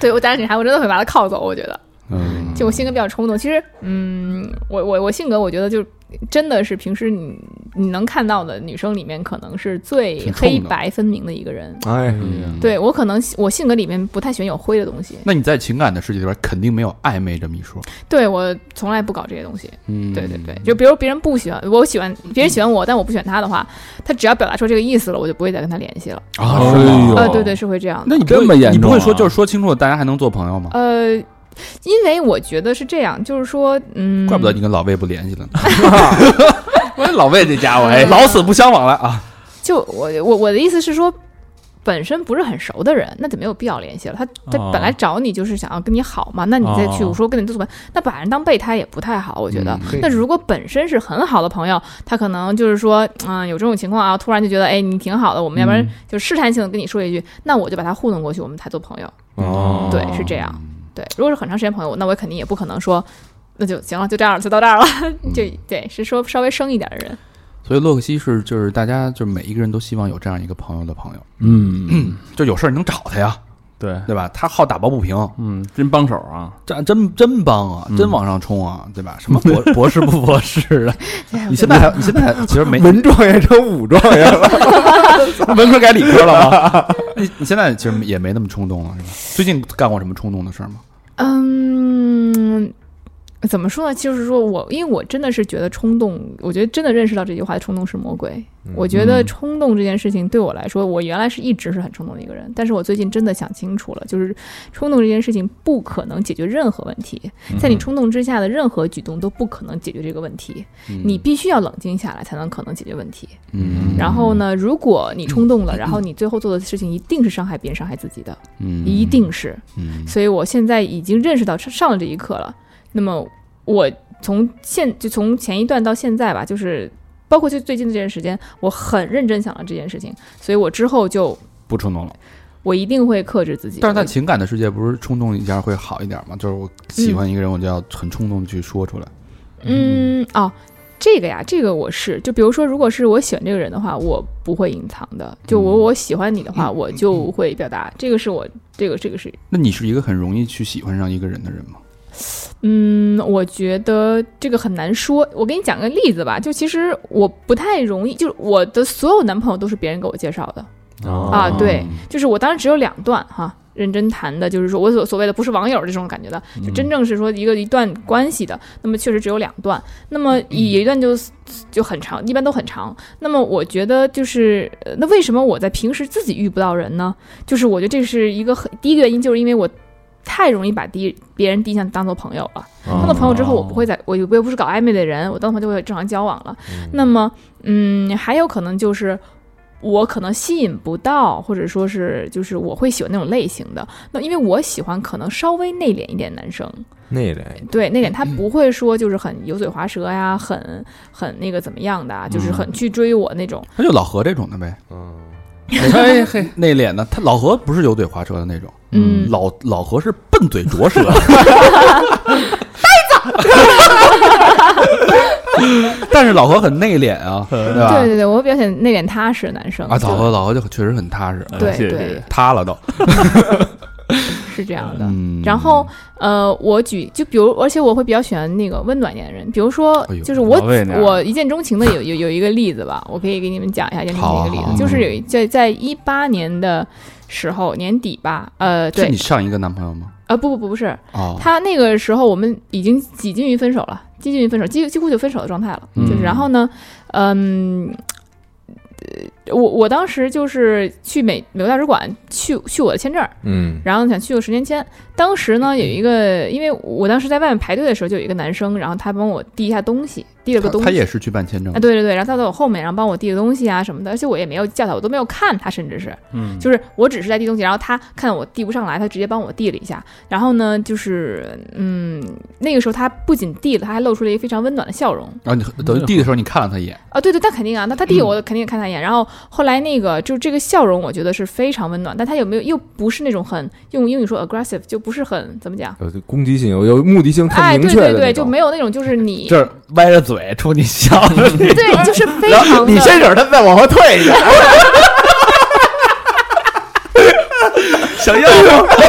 Speaker 5: 对我当警察，我真的会把他铐走，我觉得。
Speaker 2: 嗯，
Speaker 5: 就我性格比较冲动。其实，嗯，我我我性格，我觉得就是真的是平时你你能看到的女生里面，可能是最
Speaker 2: 挺冲
Speaker 5: 黑
Speaker 2: 的
Speaker 5: 白分明的一个人。
Speaker 3: 哎呀，
Speaker 2: 嗯。
Speaker 5: 对我可能我性格里面不太喜欢有灰的东西，
Speaker 2: 那你在情感的世界里边肯定没有暧昧这么一说。
Speaker 5: 对我从来不搞这些东西。
Speaker 2: 嗯
Speaker 5: 对对对，就比如别人不喜欢我喜欢别人喜欢我，但我不喜欢他的话，他只要表达出这个意思了，我就不会再跟他联系了。
Speaker 2: 啊，
Speaker 4: 哎
Speaker 2: 是吗
Speaker 4: 呦
Speaker 5: 呃，对对，是会这样的。
Speaker 4: 那你
Speaker 2: 不会
Speaker 4: 这么严重啊，
Speaker 2: 你不会说就是说清楚，大家还能做朋友吗？
Speaker 5: 呃，因为我觉得是这样，就是说，嗯，
Speaker 2: 怪不得你跟老魏不联系了呢。我说老魏这家伙，哎，
Speaker 5: 嗯
Speaker 2: 老死不相往来啊！
Speaker 5: 就我我我的意思是说，本身不是很熟的人，那就没有必要联系了。他他
Speaker 4: 哦
Speaker 5: 本来找你就是想要跟你好嘛，那你再去
Speaker 4: 哦
Speaker 5: 说跟你做朋友，那把人当备胎也不太好，我觉得。
Speaker 2: 嗯
Speaker 5: 那如果本身是很好的朋友，他可能就是说，嗯、有这种情况啊，突然就觉得，哎，你挺好的，我们要不然
Speaker 4: 嗯
Speaker 5: 就试探性的跟你说一句，那我就把他糊弄过去，我们才做朋友。
Speaker 4: 嗯
Speaker 3: 哦
Speaker 5: 对，是这样。对，如果是很长时间朋友，那我肯定也不可能说，那就行了，就这样了，就到这儿了。 *laughs* 就对，是说稍微生一点的人。
Speaker 2: 所以洛克希是就是大家就是每一个人都希望有这样一个朋友的朋友，
Speaker 4: 嗯，
Speaker 2: 就有事儿你能找他呀，
Speaker 4: 对，
Speaker 2: 对吧？他好打抱不平，
Speaker 4: 嗯，真帮手啊，
Speaker 2: *laughs* 这真真帮啊，
Speaker 4: 嗯
Speaker 2: 真往上冲啊，对吧？什么
Speaker 4: *laughs*
Speaker 2: 博博士不博
Speaker 5: *laughs*
Speaker 2: 士的，你现在还你现在还其实没
Speaker 3: 文状元成武状元了，
Speaker 2: *laughs*
Speaker 4: *laughs*
Speaker 2: 文科改理科了吗？你你现在其实也没那么冲动了，是吧？最近干过什么冲动的事儿吗？
Speaker 5: 嗯，怎么说呢？就是说我，因为我真的是觉得冲动，我觉得真的认识到这句话“冲动是魔鬼”。我觉得
Speaker 4: 嗯
Speaker 5: 冲动这件事情对我来说，我原来是一直是很冲动的一个人，但是我最近真的想清楚了，就是冲动这件事情不可能解决任何问题，
Speaker 2: 嗯
Speaker 5: 在你冲动之下的任何举动都不可能解决这个问题，你必须要冷静下来才能可能解决问题。
Speaker 2: 嗯
Speaker 5: 然后呢，如果你冲动了，然后你最后做的事情一定是伤害别人、伤害自己的，
Speaker 2: 嗯
Speaker 5: 一定是。
Speaker 2: 嗯
Speaker 5: 所以我现在已经认识到上了这一课了。那么我从现就从前一段到现在吧，就是包括就最近的这段时间，我很认真想了这件事情，所以我之后就
Speaker 2: 不冲动了。
Speaker 5: 我一定会克制自己。
Speaker 2: 但是在情感的世界，不是冲动一下会好一点吗？就是我喜欢一个人，我就要很冲动地去说出来。
Speaker 5: 嗯哦。这个呀，这个我是，就比如说，如果是我喜欢这个人的话，我不会隐藏的。就我我喜欢你的话，我就会表达。这个是我，这个这个是
Speaker 2: 那你是一个很容易去喜欢上一个人的人吗？
Speaker 5: 嗯，我觉得这个很难说。我给你讲个例子吧，就其实我不太容易，就是我的所有男朋友都是别人给我介绍的，
Speaker 4: 哦
Speaker 5: 啊对就是我当时只有两段哈。认真谈的，就是说我所所谓的不是网友这种感觉的，就真正是说一个一段关系的，那么确实只有两段，那么一一段就就很长，一般都很长。那么我觉得就是，呃那为什么我在平时自己遇不到人呢？就是我觉得这是一个很第一个原因，就是因为我太容易把第一别人第一印象当做朋友了。
Speaker 4: 哦
Speaker 5: 当做朋友之后，我不会再我我又不是搞暧昧的人，我当朋友就会正常交往了。那么，嗯，还有可能就是我可能吸引不到，或者说是就是我会喜欢那种类型的。那因为我喜欢可能稍微内敛一点的男生，
Speaker 3: 那类
Speaker 5: 对内敛他
Speaker 2: 嗯
Speaker 5: 不会说就是很油嘴滑舌呀，很很那个怎么样的啊，
Speaker 2: 嗯
Speaker 5: 就是很去追我那种。
Speaker 2: 他就老何这种的
Speaker 5: *laughs*
Speaker 2: 呗，
Speaker 3: 嗯，
Speaker 2: 嘿嘿，内敛的。他老何不是油嘴滑舌的那种，
Speaker 5: 嗯
Speaker 2: 老老何是笨嘴拙舌，
Speaker 5: *laughs*
Speaker 2: 呆子。 *laughs* 但是老何很内敛啊，
Speaker 4: 嗯
Speaker 2: 对吧？
Speaker 5: 对对对，我会比较喜欢内敛踏实的男生。
Speaker 2: 啊，
Speaker 5: 就
Speaker 2: 老何老何就确实很踏实，
Speaker 5: 对
Speaker 4: 嗯谢谢谢
Speaker 5: 对
Speaker 4: 谢
Speaker 2: 塌了都。
Speaker 5: 是这样的。
Speaker 2: 嗯，
Speaker 5: 然后，呃，我举就比如，而且我会比较喜欢那个温暖一点的人，比如说
Speaker 2: 哎，呦
Speaker 5: 就是我、
Speaker 4: 老魏那样
Speaker 5: 我一见钟情的有 *laughs* 有有一个例子吧，我可以给你们讲一下一见钟情的一个例
Speaker 2: 好啊好
Speaker 5: 子，
Speaker 2: 啊
Speaker 5: 就是有一在在一八年的时候年底吧，呃，
Speaker 2: 是
Speaker 5: 对
Speaker 2: 你，上一个男朋友吗？
Speaker 5: 啊不不不不是，
Speaker 2: 哦，
Speaker 5: 他那个时候我们已经几近于分手了，接近于分手，几几乎就分手的状态了。
Speaker 2: 嗯
Speaker 5: 就是然后呢，嗯，呃我我当时就是去美美国大使馆去去我的签证，
Speaker 3: 嗯
Speaker 5: 然后想去个十年签。当时呢，有一个，因为我当时在外面排队的时候，就有一个男生，然后他帮我递一下东西，递了个
Speaker 2: 他
Speaker 5: 东西。
Speaker 2: 他也是去办签证
Speaker 5: 啊，，对对对，然后他在我后面，然后帮我递个东西啊什么的，而且我也没有叫他，我都没有看他，甚至是，
Speaker 4: 嗯
Speaker 5: 就是我只是在递东西，然后他看我递不上来，他直接帮我递了一下。然后呢，就是嗯，那个时候他不仅递了，他还露出了一个非常温暖的笑容。
Speaker 2: 然后啊你等于递的时候你看了他一眼，
Speaker 5: 啊，对对，但肯定啊，那他递给
Speaker 2: 嗯
Speaker 5: 我的肯定也看他一眼。然后后来那个就是这个笑容，我觉得是非常温暖，但他有没有又不是那种很用英语说 aggressive，就不是很怎么讲？
Speaker 3: 有呃攻击性，有有目的性
Speaker 5: 哎，
Speaker 3: 太明
Speaker 5: 对
Speaker 3: 确的
Speaker 5: 对
Speaker 3: 那
Speaker 5: 对，就
Speaker 3: 种
Speaker 5: 没有那种就是你
Speaker 2: 就是歪着嘴冲你笑，
Speaker 5: *laughs* 对，
Speaker 2: *laughs*
Speaker 5: 就是非常的
Speaker 2: 手，他再往后退一下。 *laughs* 想要吗？哎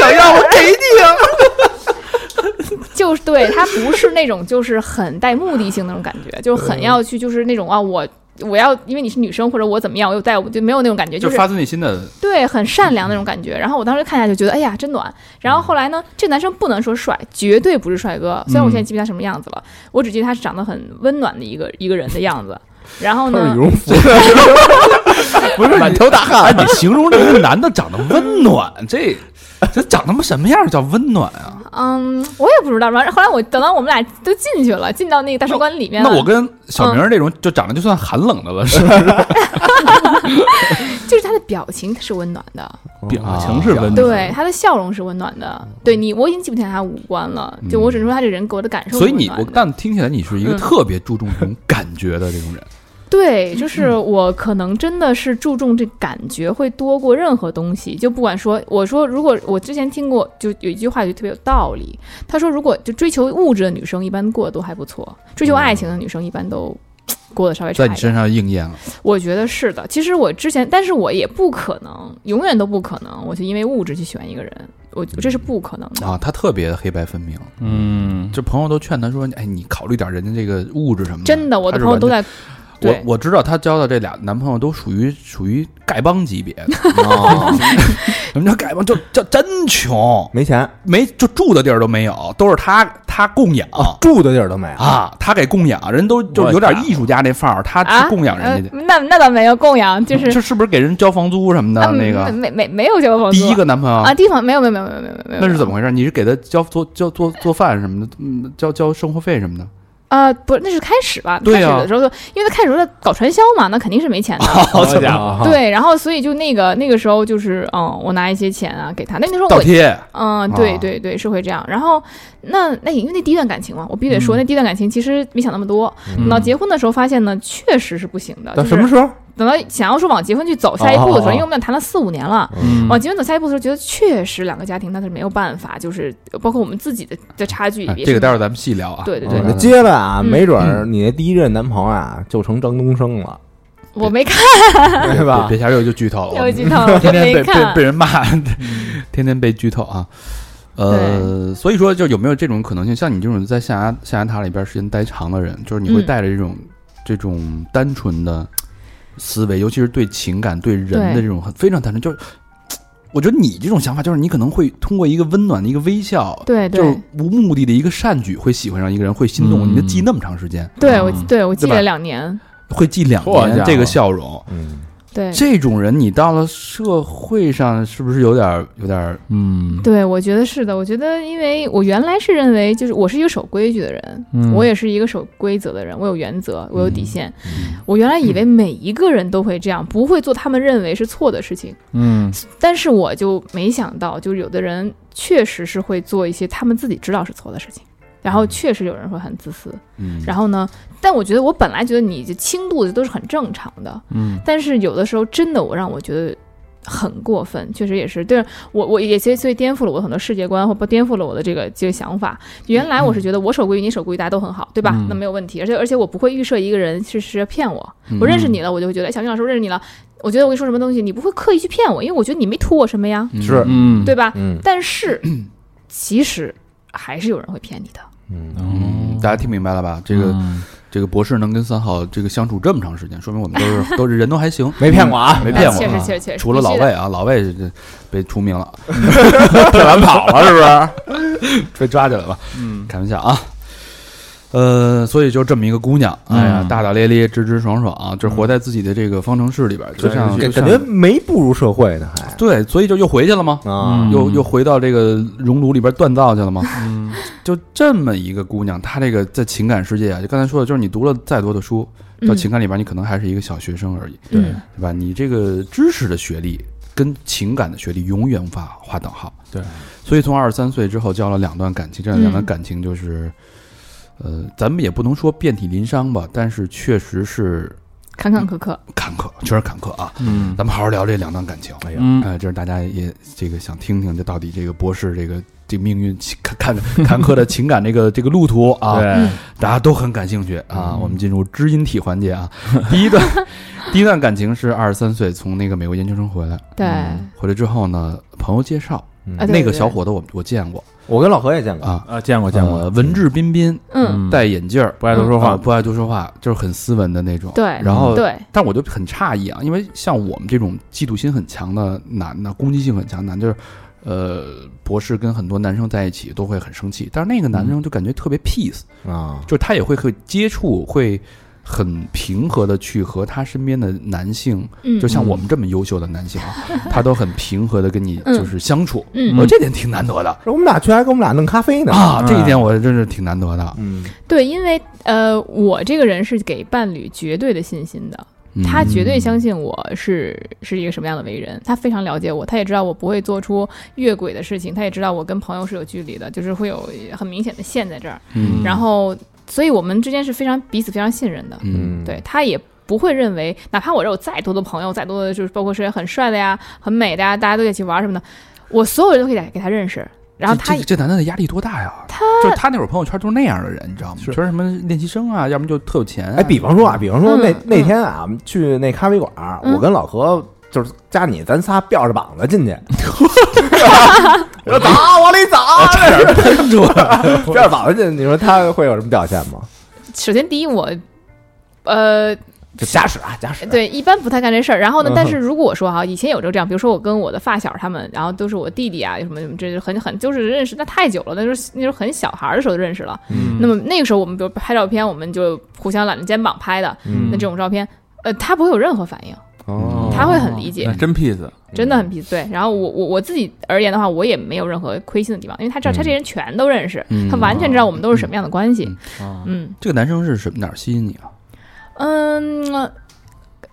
Speaker 2: 想要我给你啊
Speaker 5: *laughs* 就是对他不是那种就是很带目的性那种感觉，就是
Speaker 2: 嗯
Speaker 5: 很要去就是那种啊我。我要因为你是女生或者我怎么样，我又带我就没有那种感觉，
Speaker 2: 哎就
Speaker 5: 就是是
Speaker 2: 发自内心的，
Speaker 5: 对很善良那种感
Speaker 2: 嗯
Speaker 5: 觉。然后我当时看一下就觉得哎呀真暖。然后后来呢，这男生不能说帅，绝对不是帅哥。虽然我现在记不他什么样子了，
Speaker 2: 嗯
Speaker 5: 我只记得他是长得很温暖的一个一个人的样子。然后
Speaker 3: 都是羽
Speaker 5: 呢， *laughs*
Speaker 3: 绒服，
Speaker 2: 不是满头大汗。哎，你形容这个男的长得温暖， *laughs* 这这长他妈什么样叫温暖啊？
Speaker 5: 嗯，我也不知道。然后后来我等到我们俩都进去了，进到那个大使馆里面了，
Speaker 2: 那我跟小明这种就长得就算寒冷的了，是不是？
Speaker 5: 就是他的表情是温暖的，
Speaker 2: 嗯啊
Speaker 4: 表情是温暖的，
Speaker 5: 对，他的笑容是温暖的。对你，我已经记不清他五官了，就我只能说他这人给我的感受是
Speaker 2: 嗯所以
Speaker 5: 温暖
Speaker 2: 你
Speaker 5: 的。
Speaker 2: 我但听起来你是一个
Speaker 5: 嗯
Speaker 2: 特别注重这种感觉的这种人。嗯
Speaker 5: 对，就是我可能真的是注重这感觉会多过任何东西。就不管说，我说如果我之前听过，就有一句话就特别有道理。他说，如果就追求物质的女生一般过得都还不错，追求爱情的女生一般都。过得稍微差
Speaker 2: 嗯在
Speaker 5: 一
Speaker 2: 你
Speaker 5: 点，
Speaker 2: 身上应验了，
Speaker 5: 我觉得是的。其实我之前，但是我也不可能，永远都不可能，我去因为物质去喜欢一个人，
Speaker 2: 嗯
Speaker 5: 我这是不可能的。
Speaker 2: 啊，他特别的黑白分明，
Speaker 4: 嗯，
Speaker 2: 就朋友都劝他说：“哎，你考虑点人家这个物质什么的。”
Speaker 5: 真的，我
Speaker 2: 他
Speaker 5: 的
Speaker 2: 是
Speaker 5: 朋友都
Speaker 2: 完我
Speaker 5: 在。对
Speaker 2: 我知道她交的这俩男朋友都属于属于丐帮级别
Speaker 5: *laughs*
Speaker 2: 的，哦什么叫丐帮？就叫真穷，
Speaker 3: 没钱
Speaker 2: 没就住的地儿都没有，都是她她供养
Speaker 5: 哦
Speaker 3: 啊，住的地儿都没有，
Speaker 2: 啊，她给供养，人都就有点艺术家那范儿，她
Speaker 5: 啊
Speaker 2: 去，供养人家去，
Speaker 5: 呃那那倒没有供
Speaker 2: *laughs*
Speaker 5: 养，就是
Speaker 2: 这是不是给人交房租什么的？
Speaker 5: 啊
Speaker 2: 那
Speaker 5: 没
Speaker 2: 个
Speaker 5: 没没没有交房租
Speaker 2: 第一个男朋友
Speaker 5: 啊，地方没有没有没有没有没有没有，
Speaker 2: 那是怎
Speaker 5: 么
Speaker 2: 么回事？你是给他交做交做做饭什么的，嗯，交交生活费什么的？
Speaker 5: 啊？不，那是开始吧？
Speaker 2: 对
Speaker 5: 开始
Speaker 2: 啊
Speaker 5: 的时候就因为他开始的时候在搞传销嘛，那肯定是
Speaker 2: *laughs*
Speaker 5: 没钱的。
Speaker 3: *laughs* 好家伙，
Speaker 5: 对，然后所以就那个那个时候就是嗯，我拿一些钱啊给他，那那时候
Speaker 2: 倒
Speaker 5: 我
Speaker 2: 贴
Speaker 5: 嗯，对
Speaker 2: 啊
Speaker 5: 对对，是会这样。然后那那也因为那第一段感情嘛，我必须得说，
Speaker 4: 嗯
Speaker 5: 那第一段感情其实没想那么多。
Speaker 2: 嗯
Speaker 5: 等到结婚的时候发现呢，确实是不行的。
Speaker 3: 到
Speaker 5: 就
Speaker 3: 什
Speaker 5: 是
Speaker 3: 么时候？
Speaker 5: 等到想要说往结婚去走下一步的
Speaker 3: 哦哦
Speaker 5: 时候，
Speaker 3: 哦
Speaker 5: 因为我们俩谈了四五年了，
Speaker 4: 嗯
Speaker 5: 往结婚走下一步的时候，觉得确实两个家庭那是没有办法，就是包括我们自己的的差距
Speaker 2: 哎
Speaker 5: 也
Speaker 2: 这个待会
Speaker 5: 是
Speaker 2: 儿咱们细聊啊。
Speaker 5: 对对
Speaker 3: 我
Speaker 5: 对
Speaker 3: 这
Speaker 2: 嗯
Speaker 3: 接了啊，
Speaker 5: 嗯
Speaker 3: 没准儿你那第一任男朋友啊，就成张东升了，
Speaker 5: 我没看，
Speaker 3: *laughs* 对
Speaker 2: 哦
Speaker 3: 吧？
Speaker 2: *laughs* 别别别瞎说，又就剧透了。我
Speaker 5: 有
Speaker 2: 们
Speaker 5: 剧透，我
Speaker 2: 天天
Speaker 5: 没
Speaker 2: 被被
Speaker 5: 看
Speaker 2: 被。人骂，天天被剧透啊。呃，所以说就有没有这种可能性？像你这种在象牙象牙塔里边时间待长的人，就是你会
Speaker 5: 嗯
Speaker 2: 带着这种、这种单纯的思维，尤其是对情感、对人的
Speaker 5: 对
Speaker 2: 这种很非常单纯。就是我觉得你这种想法，就是你可能会通过一个温暖的一个微笑，
Speaker 5: 对
Speaker 2: 就是
Speaker 5: 对
Speaker 2: 无目的的一个善举，会喜欢上一个人，会心动。
Speaker 4: 嗯
Speaker 2: 你的记那么长时间，
Speaker 5: 对，我
Speaker 4: 嗯
Speaker 5: 对我记
Speaker 2: 对吧
Speaker 5: 了两年，
Speaker 2: 会记两
Speaker 4: 好家
Speaker 2: 年
Speaker 4: 伙
Speaker 2: 这个笑容，
Speaker 3: 嗯，
Speaker 5: 对
Speaker 2: 这种人你到了社会上是不是有点有点
Speaker 4: 嗯，
Speaker 5: 对，我觉得是的。我觉得，因为我原来是认为，就是我是一个守规矩的人，
Speaker 4: 嗯
Speaker 5: 我也是一个守规则的人，我有原则，我有底线。
Speaker 3: 嗯
Speaker 5: 我原来以为每一个人都会这样，不会做他们认为是错的事情。
Speaker 4: 嗯
Speaker 5: 但是我就没想到，就是有的人确实是会做一些他们自己知道是错的事情，然后确实有人会很自私。
Speaker 2: 嗯？
Speaker 5: 然后呢，但我觉得我本来觉得你就轻度的都是很正常的，
Speaker 4: 嗯
Speaker 5: 但是有的时候真的我让我觉得很过分，确实也是对我我也其实颠覆了我很多世界观，或颠覆了我的这个这个想法。原来我是觉得我守规矩，你守规矩，大家都很好，对吧？
Speaker 4: 嗯
Speaker 5: 那没有问题，而且而且我不会预设一个人是是骗我，
Speaker 2: 嗯
Speaker 5: 我认识你了，我就会觉得哎小明老师我认识你了，我觉得我跟你说什么东西，你不会刻意去骗我，因为我觉得你没图我什么呀，
Speaker 2: 嗯
Speaker 3: 是
Speaker 4: 嗯，
Speaker 5: 对吧？
Speaker 3: 嗯
Speaker 5: 但是其实还是有人会骗你的。
Speaker 3: 嗯，
Speaker 2: 嗯
Speaker 4: 嗯，
Speaker 2: 大家听明白了吧？这个、
Speaker 4: 嗯
Speaker 2: 这个博士能跟三好这个相处这么长时间，说明我们都是都是人都还行，
Speaker 3: 没骗我啊，
Speaker 2: 没
Speaker 5: 啊
Speaker 2: 骗我
Speaker 5: 确实
Speaker 2: 啊。
Speaker 5: 确实确实，
Speaker 2: 除了
Speaker 5: 必
Speaker 2: 老
Speaker 5: 须的
Speaker 2: 魏啊，老魏这这被除名了，
Speaker 3: 骗完跑了是不是？
Speaker 2: 被抓起来了。嗯，开玩笑啊。呃，所以就这么一个姑娘，哎呀，
Speaker 4: 嗯
Speaker 2: 大大咧咧、直直爽爽、啊，就活在自己的这个方程式里边，就像
Speaker 3: 感
Speaker 2: 就
Speaker 3: 感
Speaker 2: 像
Speaker 3: 觉没步入社会呢，还
Speaker 2: 对，所以就又回去了吗？
Speaker 3: 啊，
Speaker 2: 又又回到这个熔炉里边锻造去了吗？就这么一个姑娘，她这个在情感世界啊，就刚才说的，就是你读了再多的书，到
Speaker 5: 嗯
Speaker 2: 情感里边，你可能还是一个小学生而已，
Speaker 5: 对
Speaker 2: 对吧？你这个知识的学历跟情感的学历永远无法划等号。
Speaker 4: 对，
Speaker 2: 所以从二十三岁之后交了两段感情，这
Speaker 5: 嗯
Speaker 2: 两段感情就是，呃，咱们也不能说遍体鳞伤吧，但是确实是
Speaker 5: 坎坎坷坷，
Speaker 2: 坎坷，确实坎坷啊。
Speaker 4: 嗯
Speaker 2: 咱们好好聊这两段感情。哎呀
Speaker 4: 嗯
Speaker 2: 呃，就是大家也这个想听听，这到底这个博士这个这命运看看坎坷的情感这个这个路途啊，
Speaker 4: 对，嗯
Speaker 2: 大家都很感兴趣啊。我们进入知音体环节啊，第一段第一段感情是二十三岁从那个美国研究生回来，
Speaker 5: 对，
Speaker 2: 回来之后呢，朋友介绍
Speaker 3: 嗯
Speaker 5: 啊对
Speaker 2: 那个小伙子我我见过
Speaker 3: 我跟老何也见过，
Speaker 2: 啊，
Speaker 4: 啊，见过见
Speaker 2: 呃
Speaker 4: 过，
Speaker 2: 文质彬彬，
Speaker 5: 嗯，
Speaker 2: 戴眼镜儿，
Speaker 4: 不爱多说
Speaker 2: 啊
Speaker 4: 话，
Speaker 2: 不爱多说话，就是很斯文的那种。
Speaker 5: 对，嗯
Speaker 2: 然后
Speaker 5: 对，
Speaker 2: 但我就很诧异啊，因为像我们这种嫉妒心很强的男的，攻击性很强的男，就是呃，博士跟很多男生在一起都会很生气，但是那个男生就
Speaker 5: 嗯
Speaker 2: 感觉特别 peace，、
Speaker 3: 啊，
Speaker 2: 就是他也会会接触，会很平和的去和他身边的男性，
Speaker 5: 嗯，
Speaker 2: 就像我们这么优秀的男性啊，他都很平和的跟你
Speaker 5: 嗯
Speaker 2: 就是相处，
Speaker 5: 嗯
Speaker 2: 我觉得这点挺难得的。
Speaker 3: 我们俩去还给我们俩弄咖啡呢，
Speaker 2: 啊，这一点我真是挺难得的。
Speaker 3: 嗯，
Speaker 5: 对，因为呃，我这个人是给伴侣绝对的信心的，
Speaker 2: 嗯
Speaker 5: 他绝对相信我是是一个什么样的为人，他非常了解我，他也知道我不会做出越轨的事情，他也知道我跟朋友是有距离的，就是会有很明显的线在这儿。
Speaker 2: 嗯
Speaker 5: 然后，所以我们之间是非常彼此非常信任的，
Speaker 2: 嗯
Speaker 5: 对他也。不会认为，哪怕我这有再多的朋友，再多的就是包括谁很帅的呀、很美的呀，大家都一起玩什么的，我所有人都可以给他认识。然后
Speaker 2: 这
Speaker 5: 他
Speaker 2: 这这男的的压力多大呀？他就是他那会儿朋友圈都是那样的人，你知道吗？
Speaker 3: 是
Speaker 2: 就是什么练习生啊，要么就特有钱、
Speaker 3: 哎，比方说啊，，比方说
Speaker 5: 嗯
Speaker 3: 那
Speaker 5: 嗯
Speaker 3: 那天啊，我们去那咖啡馆儿，
Speaker 5: 嗯
Speaker 3: 我跟老何就是加你，咱仨吊着膀子
Speaker 5: *laughs*
Speaker 3: 进去，我说走，往里走，啊差点喷出来， *laughs* 吊着膀子进去，你说他会有什么表现吗？
Speaker 5: 首先第一我，呃，
Speaker 3: 就假使啊，假使，
Speaker 5: 对，一般不太干这事儿。然后呢
Speaker 3: 嗯，
Speaker 5: 但是如果我说哈，以前有这个这样，比如说我跟我的发小他们，然后都是我弟弟啊，有什么什么，这就很很就是认识，那太久了，那时候那时候很小孩儿的时候就认识了。
Speaker 3: 嗯
Speaker 5: 那么那个时候我们比如拍照片，我们就互相揽着肩膀拍的，
Speaker 3: 嗯
Speaker 5: 那这种照片，呃，他不会有任何反应，
Speaker 3: 哦
Speaker 5: 他会很理解
Speaker 4: 那真 peace，
Speaker 5: 真的很皮对。然后我我我自己而言的话，我也没有任何亏心的地方，因为他知道他这些人全都认识，
Speaker 2: 嗯
Speaker 5: 他完全知道我们都是什么样的关系
Speaker 2: 嗯，
Speaker 4: 啊
Speaker 5: 嗯。
Speaker 2: 这个男生是什么哪儿吸引你啊？
Speaker 5: 嗯，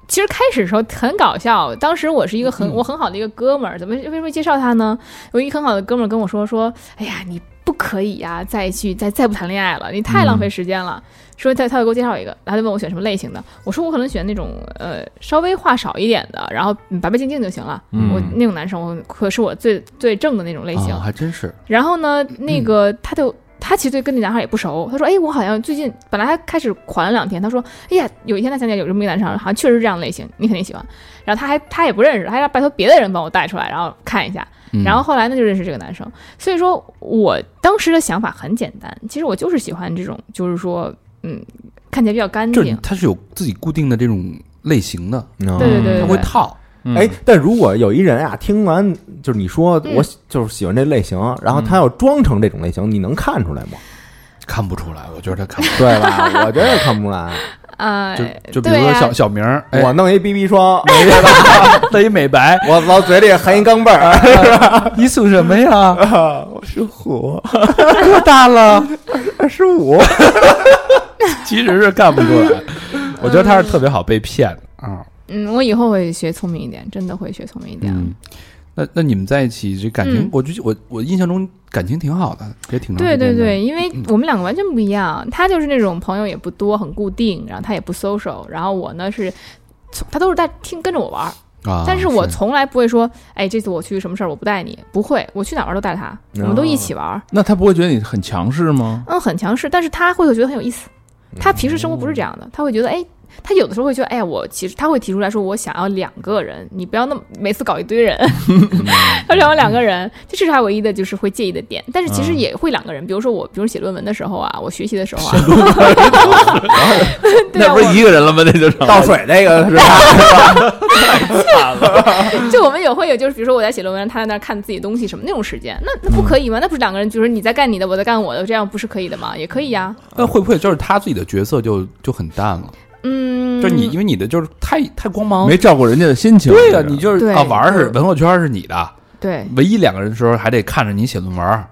Speaker 5: 其实开始的时候很搞笑，当时我是一个很、我很好的一个哥们儿，怎么为什么介绍他呢？有一个很好的哥们儿跟我说说，哎呀，你不可以呀、再去再再不谈恋爱了，你太浪费时间了。说他他要给我介绍一个，然后就问我选什么类型的，我说我可能选那种呃稍微话少一点的，然后白白净净就行了。
Speaker 4: 嗯
Speaker 5: 我那种男生，我可是我最最正的那种类型。
Speaker 2: 啊，还真是。
Speaker 5: 然后呢，
Speaker 2: 嗯
Speaker 5: 那个他就他其实对跟那男孩也不熟，他说：“哎，我好像最近本来他开始狂了两天，他说：哎呀，有一天他想起来有这么一个男生，好像确实是这样类型，你肯定喜欢。然后他还他也不认识，他还要拜托别的人帮我带出来，然后看一下。
Speaker 4: 嗯
Speaker 5: 然后后来呢就认识这个男生，所以说我当时的想法很简单，其实我就是喜欢这种，就是说，嗯，看起来比较干
Speaker 2: 就是
Speaker 5: 净。
Speaker 2: 它是有自己固定的这种类型的，
Speaker 3: 对
Speaker 5: 对对对
Speaker 2: 它
Speaker 5: 对
Speaker 2: 会
Speaker 5: 对，
Speaker 2: 套。
Speaker 4: 嗯
Speaker 3: 哦哎，但如果有一人啊，听完就是你说
Speaker 5: 嗯
Speaker 3: 我喜就是喜欢这类型，然后他要装成这种类型，你能看出来吗？ *laughs*
Speaker 2: 看不出来，我觉得看不
Speaker 5: *laughs*
Speaker 2: 出
Speaker 3: 对吧？我觉得看不出来。
Speaker 5: 啊、
Speaker 2: 来。就就比如说
Speaker 5: 对啊
Speaker 2: 小小明儿，哎
Speaker 3: 我弄一 BB 霜，
Speaker 2: 那一美白，
Speaker 3: 我老嘴里含一钢镚儿，
Speaker 2: 你属什么呀？
Speaker 3: 我是虎，
Speaker 2: *laughs* 多大了？
Speaker 3: 二十五。
Speaker 2: *laughs* 其实是看不出来。我觉得他是特别好被骗的啊。
Speaker 5: 嗯，我以后会学聪明一点，真的会学聪明一点。
Speaker 2: 嗯，那那你们在一起这感情
Speaker 5: 嗯，
Speaker 2: 我就我我印象中感情挺好的，也挺长
Speaker 5: 对
Speaker 2: 时
Speaker 5: 对
Speaker 2: 间的嗯
Speaker 5: 对，因为我们两个完全不一样，他就是那种朋友也不多，很固定，然后他也不 social，然后我呢是，他都是在听跟着我玩儿，
Speaker 2: 啊。
Speaker 5: 但是我从来不会说，哎，这次我去什么事儿我不带你，不会，我去哪儿玩儿都带他，我
Speaker 2: 啊
Speaker 5: 们都一起玩儿，
Speaker 4: 那他不会觉得你很强势吗？
Speaker 5: 嗯，很强势，但是他会觉得很有意思，他平时生活不是这样的，他会觉得，哎。他有的时候会觉得，哎呀，我其实他会提出来说，我想要两个人，你不要那么每次搞一堆人，他想要两个人，这是他唯一的就是会介意的点。但是其实也会两个人，比如说我，比如写论文的时候啊，我学习的时候啊， *laughs* 对啊，我
Speaker 4: 一个人了吗？那就是
Speaker 3: 倒水那个是吧？
Speaker 5: 就我们也会有，就是比如说我在写论文，他在那儿看自己东西什么那种时间，那那不可以吗？那不是两个人，就是你在干你的，我在干我的，这样不是可以的吗？也可以呀、
Speaker 2: 那会不会就是他自己的角色就就很淡了？
Speaker 5: 嗯，
Speaker 2: 就是你，因为你的就是太太光芒。
Speaker 4: 没照顾人家的心情。
Speaker 2: 对呀，
Speaker 4: 这
Speaker 2: 你就是
Speaker 5: 哦对
Speaker 2: 啊，玩儿是
Speaker 5: 对
Speaker 2: 文化圈儿是你的，
Speaker 5: 对
Speaker 2: 唯一两个人的时候还得看着你写论文
Speaker 5: *laughs*
Speaker 2: 儿。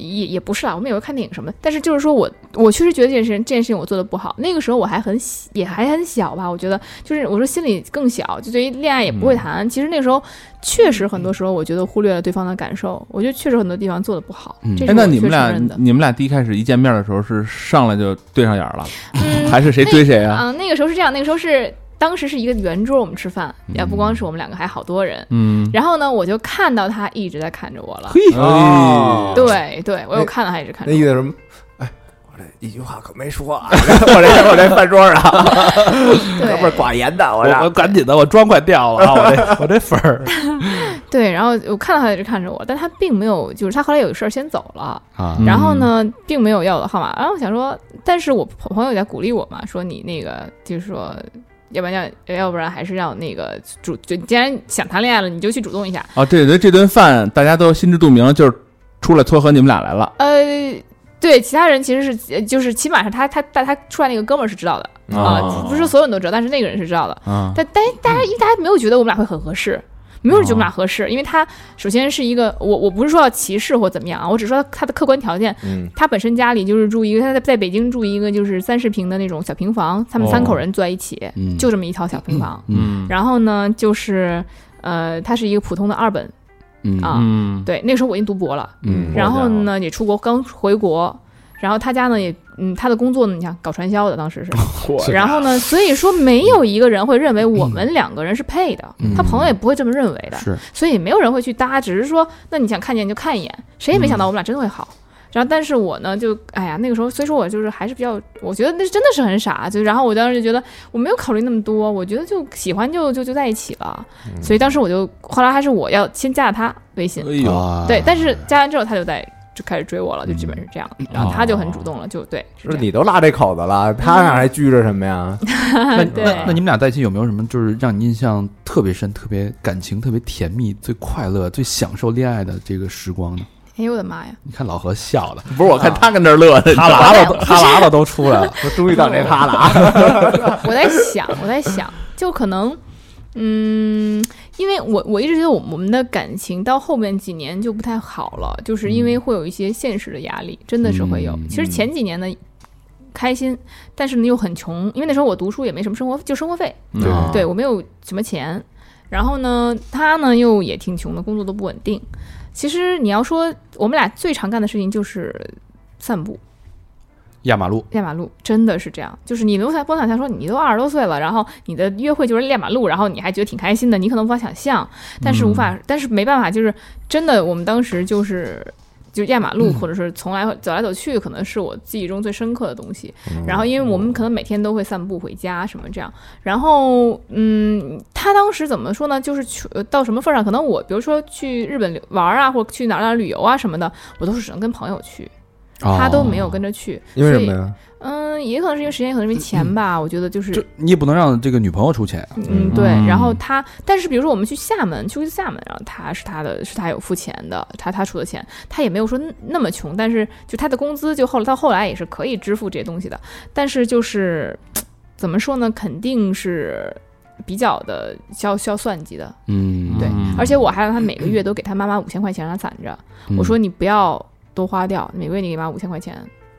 Speaker 5: 也也不是啊啦，我们也会看电影什么的，但是就是说我我确实觉得这件事情这件事情我做的不好，那个时候我还很小也还很小吧，我觉得就是我说心里更小，就对于恋爱也
Speaker 4: 嗯
Speaker 5: 不会谈。其实那个时候确实很多时候我觉得忽略了对方的感受，我觉得确实很多地方做的不好。
Speaker 2: 嗯
Speaker 5: 这是
Speaker 4: 哎，
Speaker 5: 我
Speaker 4: 那你们
Speaker 5: 确实
Speaker 4: 俩
Speaker 5: 承认的，
Speaker 4: 你们俩第一开始一见面的时候是上来就对上眼儿了，
Speaker 5: 嗯
Speaker 4: 还是谁追谁啊？
Speaker 5: 啊，那个时候是这样，那个时候是当时是一个圆桌，我们吃饭，也不光是我们两个，还好多人。
Speaker 4: 嗯，
Speaker 5: 然后呢，我就看到他一直在看着我了。
Speaker 2: 哎
Speaker 3: 哦
Speaker 5: 对对，
Speaker 4: 哎
Speaker 5: 我有看到他一直看
Speaker 3: 那
Speaker 5: 着
Speaker 3: 意
Speaker 5: 我。
Speaker 3: 思是什么？哎，我这一句话可没说啊，我这我这饭桌上可不是
Speaker 5: 对
Speaker 3: 寡言的，我
Speaker 2: 我我
Speaker 3: 这
Speaker 2: 赶紧的，我妆快掉了啊！我这我这粉
Speaker 5: *laughs*
Speaker 2: 儿
Speaker 5: 对，然后我看到他一直看着我，但他并没有，就是他后来有事儿先走了，
Speaker 2: 啊
Speaker 4: 嗯
Speaker 5: 然后呢，并没有要我的号码。然后我想说，但是我朋朋友也在鼓励我嘛，说你那个就是说。要不然要，要不然还是让那个主，就你既然想谈恋爱了，你就去主动一下。
Speaker 4: 啊，对对，这顿饭大家都心知肚明，就是出来撮合你们俩来了。
Speaker 5: 呃，对，其他人其实是呃就是起码是他他带他出来那个哥们儿是知道的啊、
Speaker 4: 哦
Speaker 5: 不是说所有人都知道，但是那个人是知道的。
Speaker 4: 啊，
Speaker 5: 但但大家因为大家没有觉得我们俩会很合适，没有人
Speaker 4: 哦
Speaker 5: 觉得我们俩合适，因为他首先是一个我我不是说要歧视或怎么样啊，我只是说他的客观条件，
Speaker 3: 嗯
Speaker 5: 他本身家里就是住一个他在在北京住一个就是三十平的那种小平房，他们三口人住在一起，
Speaker 2: 嗯
Speaker 5: 就这么一套小平房。
Speaker 4: 嗯
Speaker 5: 然后呢，就是呃，他是一个普通的二本
Speaker 2: 嗯
Speaker 5: 啊，
Speaker 4: 嗯，
Speaker 5: 对，那个时候我已经读博了。
Speaker 3: 嗯
Speaker 5: 然后呢，也出国，刚回国。然后他家呢也，嗯，他的工作呢，你想搞传销的，当时是。然后呢，所以说没有一个人会认为我们两个人是配的，
Speaker 2: 嗯
Speaker 5: 他朋友也不会这么认为的，
Speaker 2: 是
Speaker 5: 所以没有人会去搭，只是说，那你想看见你就看一眼，谁也没想到我们俩真的会好。然后，但是我呢，就哎呀，那个时候，所以说我就是还是比较，我觉得那真的是很傻，就然后我当时就觉得我没有考虑那么多，我觉得就喜欢就就就在一起了，所以当时我就后来还是我要先加了他微信，
Speaker 4: 哎呦，
Speaker 2: 啊
Speaker 5: 对，但是加完之后他就在就开始追我了，就基本是这样。然后他就很主动了，就对，是
Speaker 3: 说
Speaker 5: 这样。
Speaker 3: 你都拉这口子了，他那还拘着什么呀？
Speaker 5: *laughs*
Speaker 2: 那
Speaker 5: 对
Speaker 2: 那那你们俩在一起有没有什么就是让你印象特别深、特别感情特别甜蜜、最快乐、最享受恋爱的这个时光呢？
Speaker 5: 哎呦我的妈呀！
Speaker 2: 你看老何笑的，
Speaker 5: 啊
Speaker 4: 不是，我看他跟这儿乐的，
Speaker 2: 哈喇子都哈喇子都出
Speaker 3: *laughs*
Speaker 2: 来了。
Speaker 3: 我终于到这趴了啊！
Speaker 5: *laughs* 我在想，我在想，就可能，嗯，因为我我一直觉得我我们的感情到后面几年就不太好了，就是因为会有一些现实的压力，真的是会有。其实前几年呢。开心，但是呢又很穷，因为那时候我读书也没什么生活，就生活费，
Speaker 4: 对
Speaker 2: 啊
Speaker 5: 对我没有什么钱，然后呢，他呢又也挺穷的，工作都不稳定。其实你要说我们俩最常干的事情就是散步、
Speaker 2: 压马路，
Speaker 5: 压马路，真的是这样。就是你没有想，不能想象说你都二十多岁了，然后你的约会就是压马路，然后你还觉得挺开心的，你可能无法想象，但是无法，
Speaker 3: 嗯
Speaker 5: 但是没办法，就是真的，我们当时就是。就压马
Speaker 3: 嗯
Speaker 5: 路，或者是从来走来走去，可能是我记忆中最深刻的东西。然后，因为我们可能每天都会散步回家什么这样，然后嗯，他当当时怎么说呢？就是去呃到什么份儿上，可能我比如说去日本旅玩儿啊，或者去哪儿哪儿旅游啊什么的，我都是只能跟朋友去，
Speaker 2: 哦
Speaker 5: 他都没有跟着去。
Speaker 3: *laughs* 哦因为什
Speaker 5: 所以
Speaker 3: 么呀？
Speaker 5: 嗯，也可能是因为时间，也可能是因为钱吧。我觉得就是
Speaker 2: 这你也不能让这个女朋友出钱啊。
Speaker 5: 嗯，
Speaker 3: 嗯
Speaker 5: 对。
Speaker 4: 嗯
Speaker 5: 然后他，但是比如说我们去厦门，去厦门，然后他是他的，是他有付钱的，他他出的钱，他也没有说那那么穷，但是就他的工资就后到后来也是可以支付这些东西的，但是就是怎么说呢，肯定是比较的需要需要算计的，
Speaker 2: 嗯，
Speaker 5: 对。而且我还让他每个月都给他妈妈五千块钱让他攒着，
Speaker 2: 嗯
Speaker 5: 我说你不要都花掉，每个月你给妈五千块钱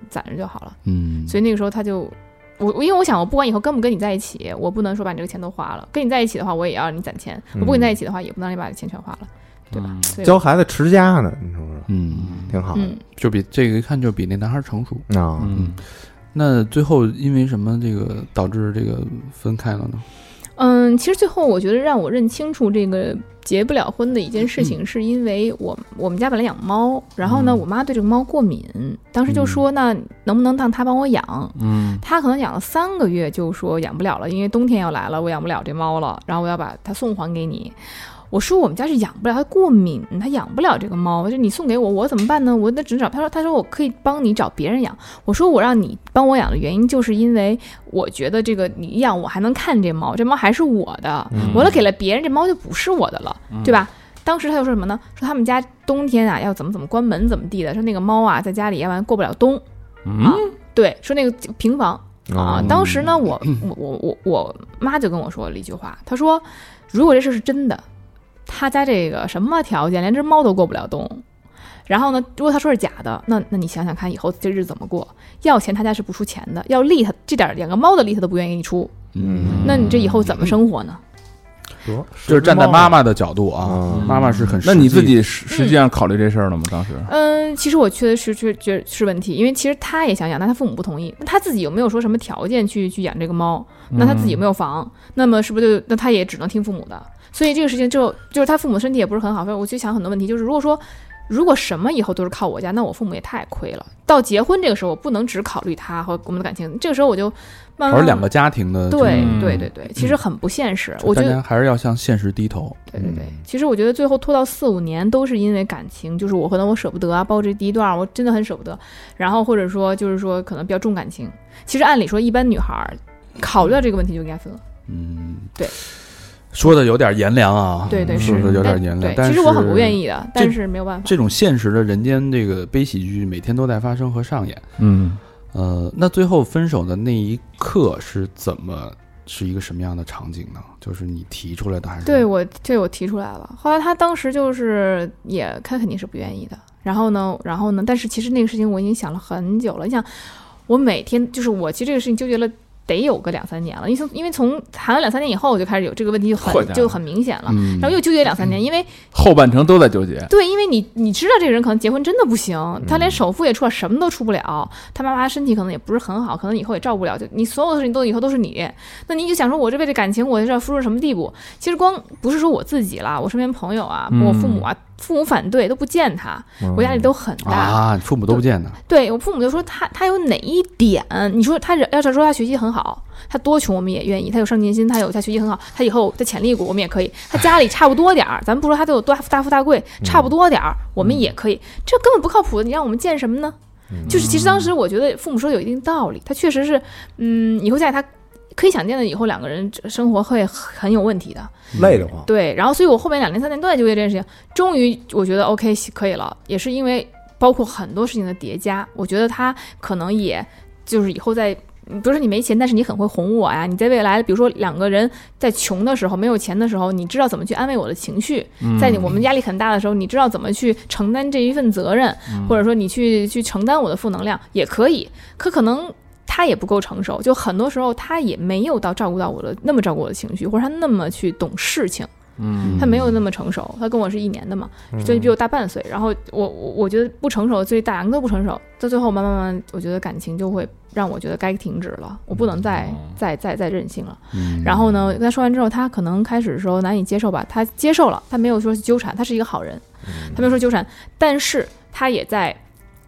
Speaker 5: 攒着就好了。
Speaker 2: 嗯，
Speaker 5: 所以那个时候他就我，我因为我想，我不管以后跟不跟你在一起，我不能说把你这个钱都花了。跟你在一起的话，我也要让你攒钱；我不跟你在一起的话，也不能让你把钱全花了，对吧？所以
Speaker 3: 教孩子持家呢，你说说
Speaker 2: 嗯，
Speaker 3: 挺好的
Speaker 5: 嗯，
Speaker 2: 就比这个一看就比那男孩成熟。
Speaker 3: 啊。
Speaker 4: 嗯，
Speaker 2: 那最后因为什么这个导致这个分开了呢？
Speaker 5: 嗯，其实最后我觉得让我认清楚这个结不了婚的一件事情，是因为我我们家本来养猫，然后呢，
Speaker 4: 嗯
Speaker 5: 我妈对这个猫过敏，当时就说那能不能让她帮我养？
Speaker 4: 嗯
Speaker 5: 她可能养了三个月就说养不了了，因为冬天要来了，我养不了这猫了，然后我要把它送还给你。我说我们家是养不了，它过敏，它养不了这个猫。我说你送给我，我怎么办呢？我那只能找。他说，他说我可以帮你找别人养。我说我让你帮我养的原因，就是因为我觉得这个你养我还能看这猫，这猫还是我的。
Speaker 3: 嗯
Speaker 5: 我要给了别人，这猫就不是我的了，对吧？当时他又说什么呢？说他们家冬天啊要怎么怎么关门怎么地的，说那个猫啊在家里要不然过不了冬。啊
Speaker 4: 嗯
Speaker 5: 对，说那个平房啊
Speaker 3: 啊，
Speaker 5: 当时呢，我我我我我妈就跟我说了一句话，她说，如果这事是真的，他家这个什么条件，连只猫都过不了冬。然后呢，如果他说是假的，那那你想想看，以后这日子怎么过？要钱他家是不出钱的，要利他这点儿两个猫的利他都不愿意给你出，
Speaker 3: 嗯
Speaker 5: 那你这以后怎么生活呢？
Speaker 3: 得
Speaker 2: 就是站在妈妈的角度啊，
Speaker 3: 啊，
Speaker 2: 妈妈是很
Speaker 4: 嗯那你
Speaker 2: 实
Speaker 4: 自
Speaker 2: 际
Speaker 4: 己实实际上考虑这事儿了吗？当时
Speaker 5: 嗯，其实我确实确觉是问题，因为其实他也想养，但他父母不同意。那他自己有没有说什么条件去去养这个猫？那他自
Speaker 2: 嗯
Speaker 5: 己有没有房？那么是不是就那他也只能听父母的？所以这个事情就就是他父母身体也不是很好，所以我就想很多问题，就是如果说。如果什么以后都是靠我家，那我父母也太亏了。到结婚这个时候，我不能只考虑他和我们的感情。这个时候我就慢慢
Speaker 2: 而两个家庭的
Speaker 5: 对
Speaker 4: 嗯
Speaker 5: 对对对，其实很不现实。
Speaker 2: 这个，
Speaker 5: 我觉
Speaker 2: 大
Speaker 5: 得
Speaker 2: 家还是要向现实低头。
Speaker 5: 对对对，
Speaker 2: 嗯
Speaker 5: 其实我觉得最后拖到四五年都是因为感情，就是我可能我舍不得啊，包括这第一段儿我真的很舍不得，然后或者说就是说可能比较重感情。其实按理说一般女孩儿考虑到这个问题就应该分了，
Speaker 2: 嗯，
Speaker 5: 对，
Speaker 2: 说的有点炎凉啊，
Speaker 5: 对对
Speaker 2: 是不
Speaker 5: 是
Speaker 2: 有点
Speaker 5: 但
Speaker 2: 炎凉
Speaker 5: 对？，
Speaker 2: 但
Speaker 5: 其实我很不愿
Speaker 2: 意。
Speaker 5: 意的，
Speaker 2: 这
Speaker 5: 但是没有办法。
Speaker 2: 这种现实的人间这个悲喜剧每天都在发生和上演。
Speaker 4: 嗯
Speaker 2: 呃，那最后分手的那一刻是怎么是一个什么样的场景呢？就是你提出来的还是
Speaker 5: *laughs* 对我这我提出来了，后来他当时就是也他肯定是不愿意的。然后呢，然后呢，但是其实那个事情我已经想了很久了。你想，我每天就是我其实这个事情纠结了得有个两三年了，因为从因为从谈了两三年以后我就开始有这个问题就
Speaker 4: 扩
Speaker 5: 很
Speaker 4: 大
Speaker 5: 就
Speaker 4: 了
Speaker 5: 很明显了。
Speaker 2: 嗯，
Speaker 5: 然后又纠结两三年，因为
Speaker 4: 后半程都在纠结，
Speaker 5: 对，因为你你知道这个人可能结婚真的不行，他连首付也出来，什么都出不了，他妈妈身体可能也不是很好，可能以后也照顾不了，就你所有的事情都以后都是你，那你就想说我这辈子感情我是要付出什么地步？其实光不是说我自己啦，我身边朋友啊，我父母啊，父母反对都不见他，
Speaker 3: 嗯
Speaker 5: 我压力都很大。
Speaker 2: 啊，父母都不见的，
Speaker 5: 对我父母就说他他有哪一点？你说他人要是说他学习很好，他多穷我们也愿意，他有上进心，他有他学习很好，他以后在潜力股我们也可以，他家里差不多点儿，咱不说他都有多大富大贵，差不多点儿我们也可以，这根本不靠谱，你让我们见什么呢？就是其实当时我觉得父母说的有一定道理，他确实是，嗯，以后在他。可以想见的，以后两个人生活会很有问题的。
Speaker 3: 累得慌。
Speaker 5: 对，然后所以我后面两年三年都在纠结这件事情，终于我觉得 OK 可以了，也是因为包括很多事情的叠加，我觉得他可能也就是以后在。比如说你没钱，但是你很会哄我呀。你在未来，比如说两个人在穷的时候、没有钱的时候，你知道怎么去安慰我的情绪；在你我们压力很大的时候，你知道怎么去承担这一份责任，或者说你去去承担我的负能量也可以。可可能他也不够成熟，就很多时候他也没有到照顾到我的那么照顾我的情绪，或者他那么去懂事情。
Speaker 2: 嗯
Speaker 5: 他没有那么成熟，他跟我是一年的嘛，所以比我大半岁。然后我我我觉得不成熟，所以大两个都不成熟，到最后慢慢慢慢，我觉得感情就会让我觉得该停止了，我不能再、再再再任性了。
Speaker 2: 嗯
Speaker 5: 然后呢，跟他说完之后，他可能开始的时候难以接受吧，他接受了，他没有说纠缠，他是一个好人，他没有说纠缠，但是他也在，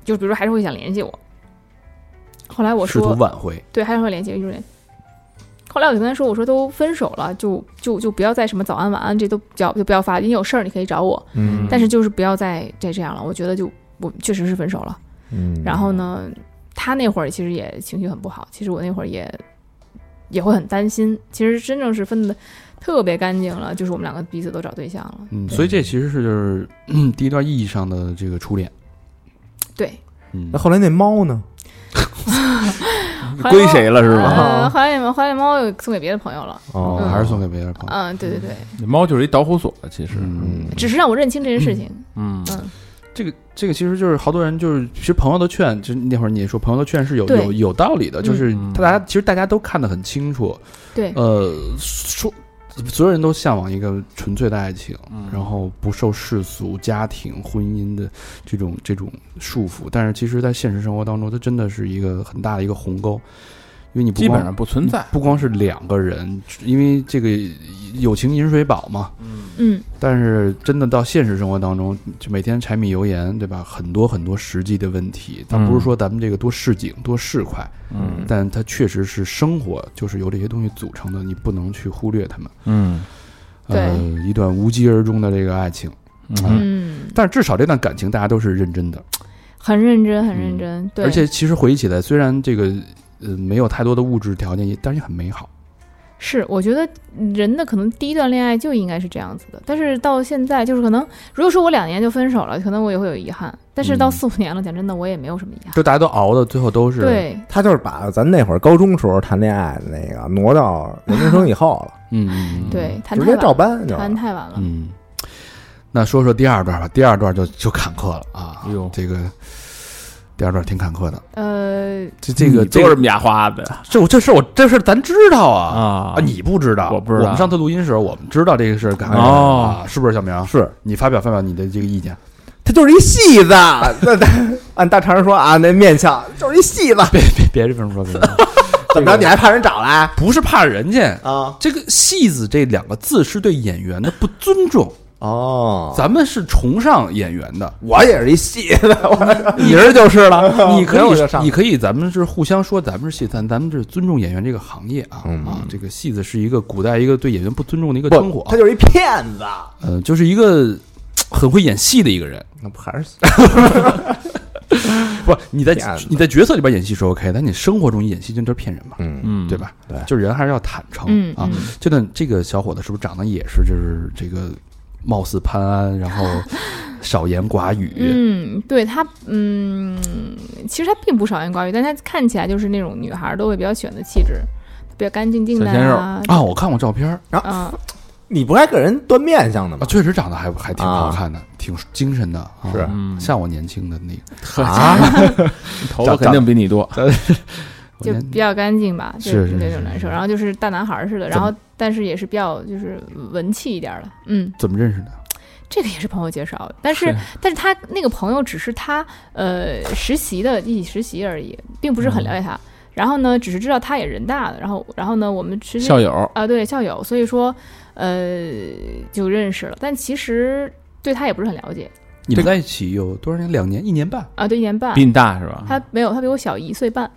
Speaker 5: 就比如说还是会想联系我。后来我
Speaker 2: 试
Speaker 5: 说
Speaker 2: 图挽回，
Speaker 5: 对，还是会联系，就是后来我就跟他说，我说都分手了，就就就不要再什么早安晚安这都不要就不要发，你有事儿你可以找我，
Speaker 3: 嗯
Speaker 5: 但是就是不要再再这样了。我觉得就我确实是分手了。
Speaker 3: 嗯
Speaker 5: 然后呢，他那会儿其实也情绪很不好，其实我那会儿也也会很担心。其实真正是分的特别干净了，就是我们两个彼此都找对象了。
Speaker 2: 嗯，所以这其实是就是、嗯、第一段意义上的这个初恋，
Speaker 5: 对，
Speaker 2: 嗯
Speaker 3: 那，后来那猫呢？
Speaker 5: 后来
Speaker 4: 归谁了是吧？
Speaker 5: 呃，花脸猫，花脸猫又送给别的朋友了。
Speaker 3: 哦
Speaker 5: 嗯
Speaker 2: 还是送给别的朋友。
Speaker 5: 嗯，对对对，
Speaker 4: 猫就是一导火索，其实，
Speaker 2: 嗯，
Speaker 5: 只是让我认清这件事情。
Speaker 4: 嗯
Speaker 5: 嗯，
Speaker 2: 这个这个其实就是好多人就是，其实朋友的劝，就是那会儿你说朋友的劝是有
Speaker 5: 对
Speaker 2: 有有道理的，就是
Speaker 4: 嗯
Speaker 2: 大家、其实大家都看得很清楚，
Speaker 5: 对，
Speaker 2: 呃，说所有人都向往一个纯粹的爱情，
Speaker 4: 嗯
Speaker 2: 然后不受世俗、家庭、婚姻的这种这种束缚，但是其实，在现实生活当中，它真的是一个很大的一个鸿沟，因为你不
Speaker 4: 基
Speaker 2: 光
Speaker 4: 本上不存在。
Speaker 2: 不光是两个人，因为这个友情饮水饱嘛，
Speaker 5: 嗯，
Speaker 2: 但是真的到现实生活当中，就每天柴米油盐，对吧？很多很多实际的问题，它
Speaker 4: 嗯
Speaker 2: 不是说咱们这个多市井多市侩，
Speaker 4: 嗯
Speaker 2: 但它确实是生活，就是由这些东西组成的，你不能去忽略它们。
Speaker 4: 嗯
Speaker 2: 呃，一段无疾而终的这个爱情，
Speaker 4: 嗯
Speaker 5: 嗯，
Speaker 2: 但是至少这段感情大家都是认真的，
Speaker 5: 很认真，很认真。
Speaker 2: 嗯
Speaker 5: 对，
Speaker 2: 而且其实回忆起来，虽然这个呃没有太多的物质条件，也但是也很美好。
Speaker 5: 是，我觉得人的可能第一段恋爱就应该是这样子的，但是到现在就是可能，如果说我两年就分手了，可能我也会有遗憾，但是到
Speaker 2: 嗯
Speaker 5: 四五年了，讲真的，我也没有什么遗憾。
Speaker 2: 就大家都熬到最后都是，
Speaker 5: 对，
Speaker 3: 他就是把咱那会儿高中时候谈恋爱的那个挪到研究生以后
Speaker 5: *laughs*
Speaker 3: 了，
Speaker 2: 嗯，嗯，
Speaker 5: 对，谈
Speaker 3: 直
Speaker 5: 太
Speaker 3: 接
Speaker 5: 晚
Speaker 3: 照
Speaker 5: 了，
Speaker 3: 搬就
Speaker 5: 谈
Speaker 3: 是。
Speaker 5: 太晚了。
Speaker 2: 嗯。那说说第二段吧，第二段就就坎坷了啊！
Speaker 4: 哎呦
Speaker 2: 这个第二段挺坎坷的，
Speaker 5: 呃，
Speaker 2: 这这个
Speaker 4: 你
Speaker 2: 这
Speaker 4: 做什
Speaker 2: 个
Speaker 4: 么牙花的
Speaker 2: 这我这事儿我这事儿咱知道啊
Speaker 4: 啊
Speaker 2: 啊！你不知道，
Speaker 4: 我不知道
Speaker 2: 我们上次录音时候我们知道这个事儿坎坷
Speaker 4: 哦
Speaker 2: 啊，是不是小明？
Speaker 3: 是
Speaker 2: 你发表发表你的这个意见，
Speaker 3: 他就是一戏子，那 *laughs* 那按大肠说啊，那面相就是一戏子，
Speaker 2: 别别别这么说，别这么说
Speaker 3: *laughs* 怎么着你还怕人找来
Speaker 2: 不是怕人家。
Speaker 3: 啊？
Speaker 2: 这个“戏子”这两个字是对演员的不尊重，
Speaker 3: 哦，
Speaker 2: 咱们是崇尚演员 *laughs* 的，
Speaker 3: 我也是一戏子，
Speaker 2: 你人就是了。你可
Speaker 3: 没有我就
Speaker 2: 以，
Speaker 3: 上
Speaker 2: 你可以，咱们是互相说，咱们是戏，咱咱们是尊重演员这个行业啊、
Speaker 3: 嗯
Speaker 2: 啊！这个戏子是一个古代一个对演员不尊重的一个称呼啊
Speaker 3: 不，他，就是一骗子，
Speaker 2: 呃，就是一个嘖很会演戏的一个人。
Speaker 3: 那不还是
Speaker 2: *laughs* 不，你在
Speaker 3: 骗子
Speaker 2: 你在角色里边演戏是 OK，但你生活中演戏就是骗人嘛，
Speaker 3: 嗯
Speaker 4: 嗯
Speaker 2: 对？吧？
Speaker 3: 对
Speaker 2: 就人还是要坦诚、
Speaker 5: 嗯
Speaker 2: 啊。
Speaker 5: 嗯
Speaker 2: 这段这个小伙子是不是长得也是就是这个貌似潘安，然
Speaker 5: *laughs*
Speaker 2: 后少言寡语？
Speaker 5: 嗯，对她，嗯，其实她并不少言寡语，但她看起来就是那种女孩儿都会比较喜欢的气质，比较干净净的
Speaker 4: 小鲜肉
Speaker 5: 啊，
Speaker 2: 啊，我看过照片儿
Speaker 5: 嗯，
Speaker 3: 你不还给人端面相的
Speaker 2: 啊，
Speaker 3: 吗？
Speaker 2: 确实长得还还挺好看的，挺精神的，啊、
Speaker 3: 嗯啊是
Speaker 4: 嗯，
Speaker 2: 像我年轻的那个，
Speaker 3: 啊，
Speaker 4: 头发肯定比你多。
Speaker 2: 我
Speaker 5: 就
Speaker 2: 年
Speaker 5: 比较干净吧，就是
Speaker 2: 是
Speaker 5: 那
Speaker 2: 是
Speaker 5: 种男生，然后就是大男孩儿似的，然后但是也是比较就是文气一点儿的，嗯。
Speaker 2: 怎么认识的？
Speaker 5: 这个也是朋友介绍的，但是但是他那个朋友只是他呃实习的一起实习而已，并不是很了解他。然后呢，只是知道他也人大的，然后然后呢，我们实习
Speaker 4: 校友，
Speaker 5: 啊对校友，所以说呃就认识了，但其实对他也不是很了解
Speaker 2: 你们在一起有多少年？两年，一年半。
Speaker 5: 啊，对一年半
Speaker 4: 比，你大是吧？
Speaker 5: 他没有他比我小一岁半，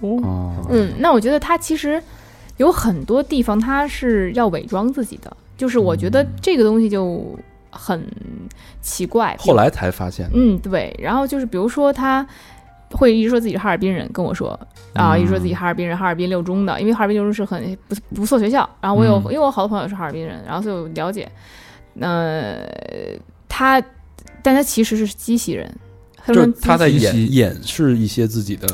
Speaker 2: 哦，
Speaker 5: 嗯，那我觉得他其实有很多地方他是要伪装自己的，就是我觉得
Speaker 2: 嗯
Speaker 5: 这个东西就很奇怪。比如
Speaker 2: 后来才发现，
Speaker 5: 嗯，对。然后就是比如说他会一直说自己是哈尔滨人，跟我说啊，一直
Speaker 2: 嗯
Speaker 5: 说自己哈尔滨人，哈尔滨六中的，因为哈尔滨六中是很不不错学校。然后我有、
Speaker 2: 嗯
Speaker 5: 因为我好多朋友是哈尔滨人，然后所以我了解。呃，他，但他其实是鸡西人。他
Speaker 2: 就
Speaker 5: 说
Speaker 2: 是他在
Speaker 4: 自己
Speaker 2: 掩掩饰一些自己的，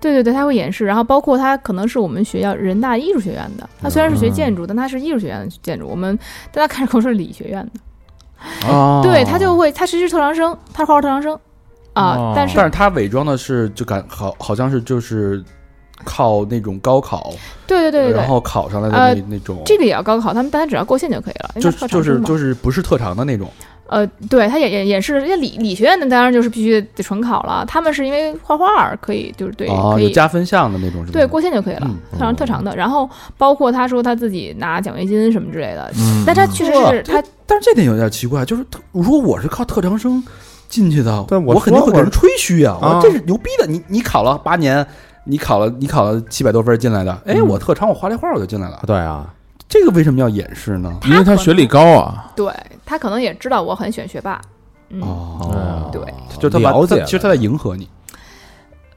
Speaker 5: 对对对，他会演示，然后包括他可能是我们学校人大艺术学院
Speaker 2: 嗯
Speaker 5: 的，他虽然是学建筑，但他是艺术学院的建筑。我们但他开始跟我说理学院的，
Speaker 4: 哦
Speaker 5: 对他就会，他其实是特长生，他是画画特长生啊，
Speaker 4: 哦
Speaker 5: 但是
Speaker 2: 但是他伪装的是就感好好像是就是靠那种高考，
Speaker 5: 对对对对对，
Speaker 2: 然后考上来的那、
Speaker 5: 呃
Speaker 2: 那种，
Speaker 5: 这个也要高考，他们大家只要过线就可以了。因为
Speaker 2: 就
Speaker 5: 它特
Speaker 2: 就
Speaker 5: 长生
Speaker 2: 是
Speaker 5: 嘛
Speaker 2: 就是不是特长的那种，
Speaker 5: 呃，对，他也也也是，人家理理学院的当然就是必须得纯考了，他们是因为画画儿可以，就是对、
Speaker 2: 哦，
Speaker 5: 可
Speaker 2: 有
Speaker 5: 以
Speaker 2: 加分项的那种是吧？
Speaker 5: 对过线就可以了
Speaker 2: 嗯，
Speaker 5: 特长特长的。然后包括他说他自己拿奖学金什么之类的，
Speaker 4: 嗯
Speaker 5: 但他确实是他
Speaker 2: 但是这点有点奇怪，就是特如果我是靠特长生进去的，
Speaker 3: 对
Speaker 2: 我
Speaker 3: 我
Speaker 2: 肯定
Speaker 3: 说
Speaker 2: 会给
Speaker 3: 我
Speaker 2: 人吹嘘啊，
Speaker 3: 啊
Speaker 2: 我这是牛逼的，你你考了八年，你考了你考了七百多分进来的，哎，
Speaker 4: 嗯
Speaker 2: 我特长我画了一画我就进来了，
Speaker 3: 对啊，
Speaker 2: 这个为什么要掩饰呢？
Speaker 4: 因为他学历高啊，
Speaker 5: 对他可能也知道我很喜欢学霸，嗯，
Speaker 2: 哦
Speaker 5: 对，
Speaker 2: 就是他把
Speaker 3: 了解
Speaker 2: 他其实他在迎合你，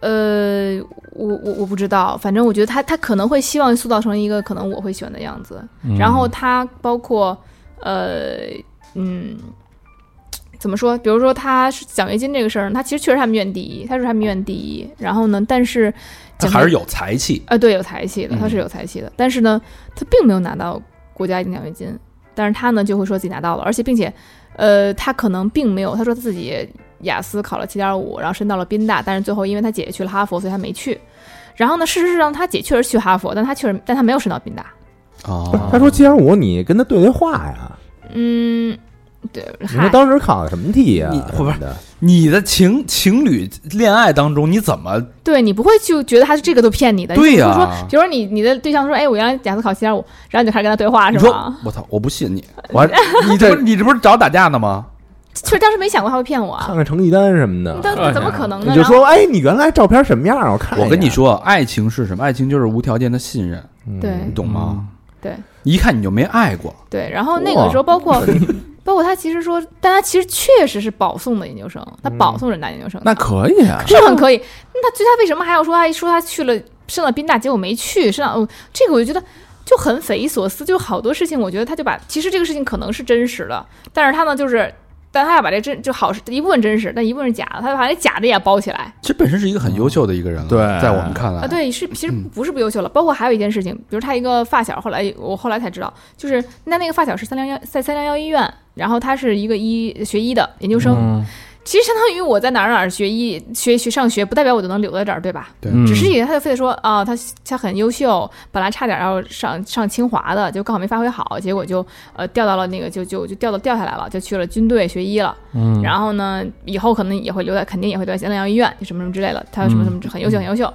Speaker 5: 呃，我我我不知道，反正我觉得他他可能会希望塑造成一个可能我会喜欢的样子，
Speaker 4: 嗯
Speaker 2: 嗯
Speaker 5: 然后他包括呃嗯。怎么说？比如说，他是奖学金这个事儿，他其实确实他们院第一，他是他们院第一。然后呢，但是
Speaker 2: 他
Speaker 5: 奖
Speaker 2: 还
Speaker 5: 学
Speaker 2: 是有才气。
Speaker 5: 啊，对，有才气的，他是有才气的，但是呢，他并没有拿到国家一等奖学金，但是他呢就会说自己拿到了，而且并且，呃，他可能并没有，他说自己雅思考了七点五，然后申到了宾大，但是最后因为他姐姐去了哈佛，所以他没去。然后呢，事实上他姐确实去哈佛，但他确实，但他没有申到宾大。
Speaker 3: 不是
Speaker 2: 哦，
Speaker 3: 他说七点五，你跟他对对话呀？
Speaker 5: 嗯，对，
Speaker 3: 你说
Speaker 5: 嗨，
Speaker 3: 当时考的什么题呀？
Speaker 2: 你
Speaker 3: 什么的
Speaker 2: 你的情情侣恋爱当中，你怎么
Speaker 5: 对你不会就觉得他是这个都骗你的，
Speaker 2: 对呀
Speaker 5: 就是说，比如说你你的对象说，哎，我原来雅思考七点五，然后你就开始跟他对话，
Speaker 2: 你
Speaker 5: 是
Speaker 2: 说
Speaker 5: 吗？
Speaker 2: 我操，我不信
Speaker 5: *laughs*
Speaker 2: 你，
Speaker 3: 我还
Speaker 2: 你这不你这不是找打架呢吗？
Speaker 5: 其实当时没想过他会骗我
Speaker 3: *laughs*
Speaker 5: 啊
Speaker 3: 看，看成绩单什么的，
Speaker 5: 但但怎么可能呢？
Speaker 3: 哎你就
Speaker 5: 然后
Speaker 3: 说哎，你原来照片什么样啊？我看一眼
Speaker 2: 我跟你，说，爱情是什么？爱情就是无条件的信任，
Speaker 3: 嗯
Speaker 5: 对
Speaker 2: 你懂吗？
Speaker 5: 对。
Speaker 2: 一看你就没爱过，
Speaker 5: 对，然后那个时候包括包括他其实说，但他其实确实是保送的研究生，他保送人大研究生的，
Speaker 4: 那可以啊，
Speaker 5: 是很可以。那最他为什么还要说他说他去了上了宾大，结果没去上？哦，这个我就觉得。就很匪夷所思，就好多事情，我觉得他就把其实这个事情可能是真实的，但是他呢就是，但他要把这真就好一部分真实，但一部分是假的，他把那假的也包起来
Speaker 2: 这本身是一个很优秀的一个人
Speaker 3: 嗯
Speaker 2: 了，
Speaker 4: 对
Speaker 2: 在我们看来
Speaker 5: 啊。，对，是其实不是不优秀了。包括还有一件事情，比如他一个发小，后来我后来才知道，就是那那个发小是三零幺在三零幺医院，然后他是一个医学医的研究生，
Speaker 4: 嗯
Speaker 5: 其实相当于我在哪儿哪儿学医学学上学，不代表我就能留在这儿，对吧？
Speaker 2: 对
Speaker 4: 嗯
Speaker 5: 只是以为他就非得说啊，他他很优秀，本来差点要上上清华的，就刚好没发挥好，结果就呃调到了那个就就就调到掉下来了，就去了军队学医了。
Speaker 4: 嗯，
Speaker 5: 然后呢，以后可能也会留在，肯定也会留在三零幺医院，就什么什么之类的。他什么什么很优秀，很优秀。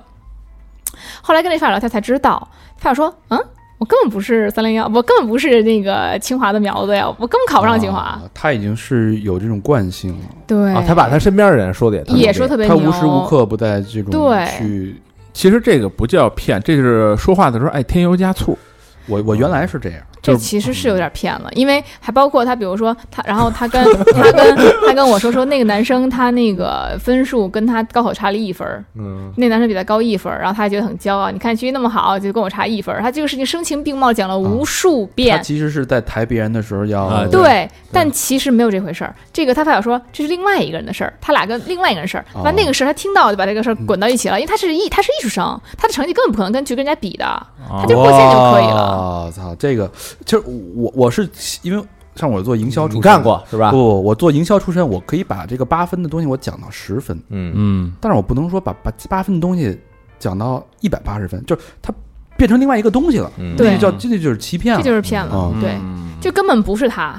Speaker 5: 后来跟那发小聊天才知道，发小说：“嗯，我根本不是三零幺，我根本不是那个清华的苗子呀，我根本考不上清华。
Speaker 2: 啊他已经是有这种惯性了，
Speaker 5: 对、
Speaker 3: 啊，他把他身边的人说的也特别
Speaker 5: 也说特别
Speaker 2: 他
Speaker 5: 牛，
Speaker 2: 无时无刻不在这种
Speaker 5: 对
Speaker 2: 去。
Speaker 4: 其实这个不叫骗，这是说话的时候爱添油加醋，
Speaker 2: 我我原来是这样，
Speaker 5: 这
Speaker 4: 就是
Speaker 5: 其实是有点骗了，因为还包括他，比如说他，然后他
Speaker 2: *laughs*
Speaker 5: 跟他跟他跟我说说那个男生他那个分数跟他高考差了一分儿，
Speaker 3: 嗯，
Speaker 5: 那男生比他高一分儿，然后他还觉得很骄傲，你看学习那么好，就跟我差一分儿，他这个事情声情并茂讲了无数遍。
Speaker 2: 啊他其实是在抬别人的时候要
Speaker 4: 啊
Speaker 5: 对，但其实没有这回事儿。这个他发小说这是另外一个人的事儿，他俩跟另外一个人事儿，
Speaker 2: 哦嗯
Speaker 5: 完、那个事儿他听到就把这个事儿滚到一起了，因为他是艺他是艺术生，他的成绩根本不可能跟去跟人家比的。
Speaker 4: 他
Speaker 2: 哦
Speaker 5: 他就过线就可以了
Speaker 2: 了。操，这个其实我我是因为像我做营销出身，
Speaker 3: 你干过是吧
Speaker 2: 不？？不，我做营销出身，我可以把这个八分的东西我讲到十分，
Speaker 3: 嗯，
Speaker 4: 嗯
Speaker 2: 但是我不能说把把八分的东西讲到一百八十分，就是它变成另外一个东西了，
Speaker 3: 嗯
Speaker 5: 对
Speaker 2: 这就叫这就是欺骗
Speaker 5: 这
Speaker 2: 了。
Speaker 5: 就是骗了，
Speaker 2: 嗯
Speaker 5: 对，
Speaker 4: 嗯
Speaker 5: 就根本不是他。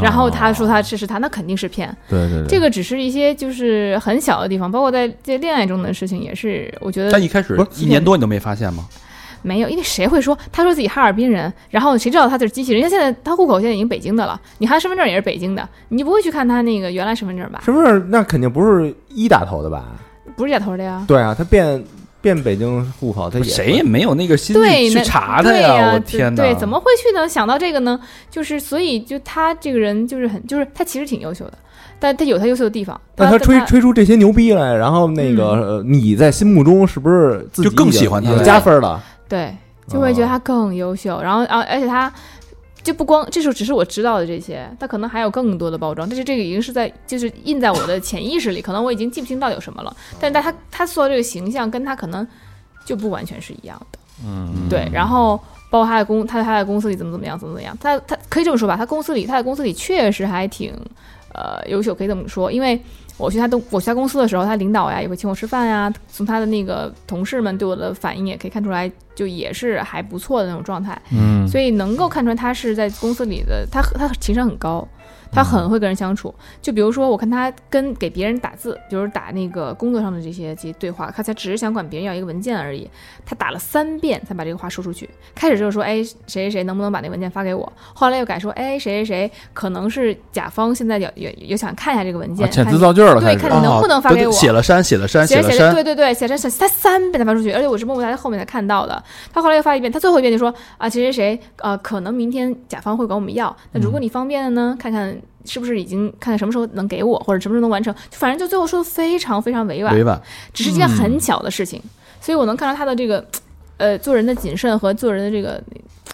Speaker 5: 然后他说他这是他，那肯定是骗。
Speaker 4: 对对对，
Speaker 5: 这个只是一些就是很小的地方，包括在这恋爱中的事情也是，我觉
Speaker 2: 但
Speaker 5: 得
Speaker 2: 一开始
Speaker 3: 不
Speaker 2: 一年多你都没发现吗？
Speaker 5: 没有，因为谁会说他说自己哈尔滨人，然后谁知道他就是机器人？人家现在他户口现在已经北京的了，你看身份证也是北京的，你不会去看他那个原来身份证吧？
Speaker 3: 身份证那肯定不是一打头的吧？
Speaker 5: 不是假头的呀。
Speaker 3: 对啊，他变变北京户口，他也
Speaker 2: 谁也没有那个心
Speaker 5: 对，
Speaker 2: 力去
Speaker 5: 那
Speaker 2: 查他
Speaker 5: 对
Speaker 2: 我
Speaker 5: 这
Speaker 2: 天哪！
Speaker 5: 对，怎么会去呢？想到这个呢，就是所以就他这个人就是很，就是他其实挺优秀的，但他有他优秀的地方。
Speaker 3: 那他
Speaker 5: 但
Speaker 3: 吹吹出这些牛逼来，然后那个、呃你在心目中是不是自己
Speaker 2: 就更
Speaker 3: 已经
Speaker 2: 喜欢他
Speaker 3: 已经
Speaker 2: 了
Speaker 3: 加分了？
Speaker 5: 对，就会觉得
Speaker 4: 哦
Speaker 5: 他更优秀。然后啊，而且他就不光这是只是我知道的这些，他可能还有更多的包装。但是这个已经是在就是印在我的潜意识里，可能我已经记不清到底有什么了。但是他他塑造这个形象跟他可能就不完全是一样的。
Speaker 4: 嗯
Speaker 5: 对，然后包括他在公他他在公司里怎么怎么样怎么怎么样，他他可以这么说吧，他公司里他在公司里确实还挺呃优秀，可以这么说，因为。我去他东，我去他公司的时候，他领导呀也会请我吃饭呀。从他的那个同事们对我的反应也可以看出来，就也是还不错的那种状态。
Speaker 4: 嗯
Speaker 5: 所以能够看出来他是在公司里的，他他情商很高，
Speaker 4: 嗯
Speaker 5: 他很会跟人相处。就比如说，我看他跟给别人打字，比如打那个工作上的这些这些对话，他才只是想管别人要一个文件而已，他打了三遍才把这个话说出去。开始就是说，哎，谁谁谁能不能把那文件发给我？后来又改说，哎，谁谁谁可能是甲方现在有有有想看一下这个文
Speaker 4: 啊
Speaker 5: 件，
Speaker 4: 遣
Speaker 5: 看
Speaker 4: 词造句儿了，
Speaker 5: 对，
Speaker 4: 开
Speaker 5: 看
Speaker 4: 始。
Speaker 5: 你能不能发给我。
Speaker 2: 哦写了删，写了删，
Speaker 5: 写
Speaker 2: 了
Speaker 5: 着
Speaker 2: 删
Speaker 5: 着，，对对对，写着写他三遍才发出去，而且我是默默在后面才看到的。他后来又发一遍，他最后一遍就说啊，谁谁谁，呃，可能明天甲方会管我们要，那如果你方便了呢，看看是不是已经看看什么时候能给我，或者什么时候能完成，就反正就最后说的非常非常委婉
Speaker 2: 委，婉。
Speaker 5: 只是一件很巧的事情，所以我能看到他的这个，呃，做人的谨慎和做人的这个，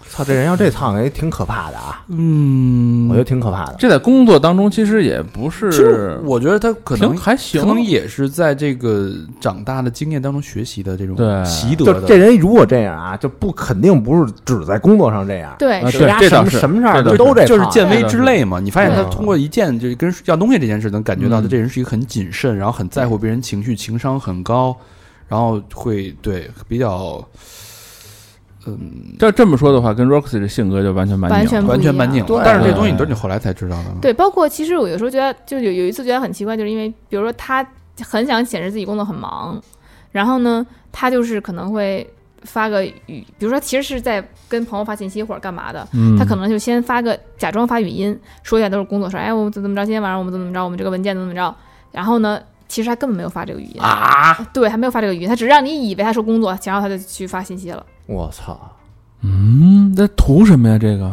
Speaker 3: 操，这人要这趟也挺可怕的啊，
Speaker 2: 嗯
Speaker 3: 我觉得挺可怕的。
Speaker 4: 这在工作当中其实也不是，
Speaker 2: 其实我觉得他可能
Speaker 4: 挺还行，
Speaker 2: 可能也是在这个长大的经验当中学习的这种
Speaker 4: 对
Speaker 2: 习得
Speaker 3: 就
Speaker 2: 的。
Speaker 3: 这人如果这样啊，就不肯定不是只在工作上这样，
Speaker 5: 对，
Speaker 4: 啊
Speaker 5: 是
Speaker 4: 对
Speaker 3: 人家
Speaker 4: 这
Speaker 3: 什
Speaker 4: 倒
Speaker 3: 么
Speaker 4: 是
Speaker 3: 什么事儿
Speaker 4: 这倒是
Speaker 3: 都这
Speaker 2: 就是
Speaker 3: 趟
Speaker 2: 见微知类嘛，你发现他
Speaker 3: 对
Speaker 2: 通过一见就跟要东西这件事，能感觉到他
Speaker 4: 嗯
Speaker 2: 这人是一个很谨慎，然后很在乎别人情绪，情商很高，然后会对比较，嗯，
Speaker 4: 这这么说的话，跟 Roxy 的性格就完全蛮
Speaker 5: 完
Speaker 4: 拧
Speaker 5: 全不
Speaker 2: 完
Speaker 5: 一
Speaker 2: 全
Speaker 5: 样
Speaker 2: 蛮拧的。
Speaker 3: 对
Speaker 2: 但是这东西你都是你后来才知道的嘛。
Speaker 5: 对，包括其实我有时候觉得，就有有一次觉得很奇怪，就是因为比如说他很想显示自己工作很忙，然后呢，他就是可能会发个语，比如说其实是在跟朋友发信息或者干嘛的，
Speaker 4: 嗯，
Speaker 5: 他可能就先发个假装发语音，说一下都是工作上，哎，我们怎么怎么着，今天晚上我们怎么怎么着，我们这个文件怎么怎么着，然后呢，其实他根本没有发这个语音啊，对，他没有发这个语音，他只是让你以为他说工作，然后他就去发信息了。
Speaker 3: 我操，
Speaker 4: 嗯，那图什么呀？这个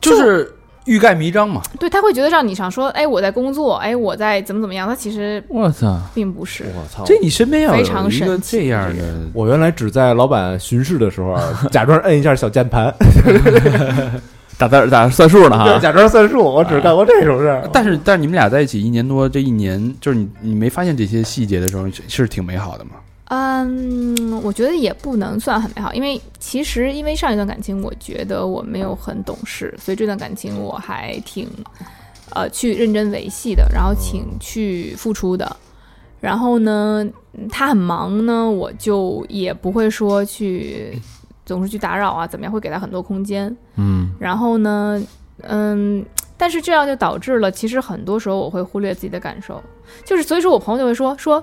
Speaker 2: 就是欲盖弥彰嘛。
Speaker 5: 对他会觉得让你想说，哎，我在工作，哎，我在怎么怎么样，他其实
Speaker 4: 我操，
Speaker 5: 并不是。
Speaker 3: 我操！
Speaker 2: 这你身边要
Speaker 5: 非
Speaker 2: 有
Speaker 5: 常
Speaker 2: 一个
Speaker 5: 神奇
Speaker 2: 这样
Speaker 5: 这
Speaker 2: 的，
Speaker 3: 我原来只在老板巡视的时候，啊假装摁一下小键盘，
Speaker 4: 打打打算数呢哈，
Speaker 3: *laughs* 假装算数，我只干过这种事儿。
Speaker 2: 啊但是但是你们俩在一起一年多，这一年就是你你没发现这些细节的时候是是挺美好的嘛？
Speaker 5: 嗯，我觉得也不能算很美好，因为其实因为上一段感情，我觉得我没有很懂事，所以这段感情我还挺呃去认真维系的，然后挺去付出的。然后呢，嗯他很忙呢，我就也不会说去总是去打扰啊，怎么样，会给他很多空间。
Speaker 4: 嗯，
Speaker 5: 然后呢，嗯，但是这样就导致了，其实很多时候我会忽略自己的感受，就是所以说我朋友就会说说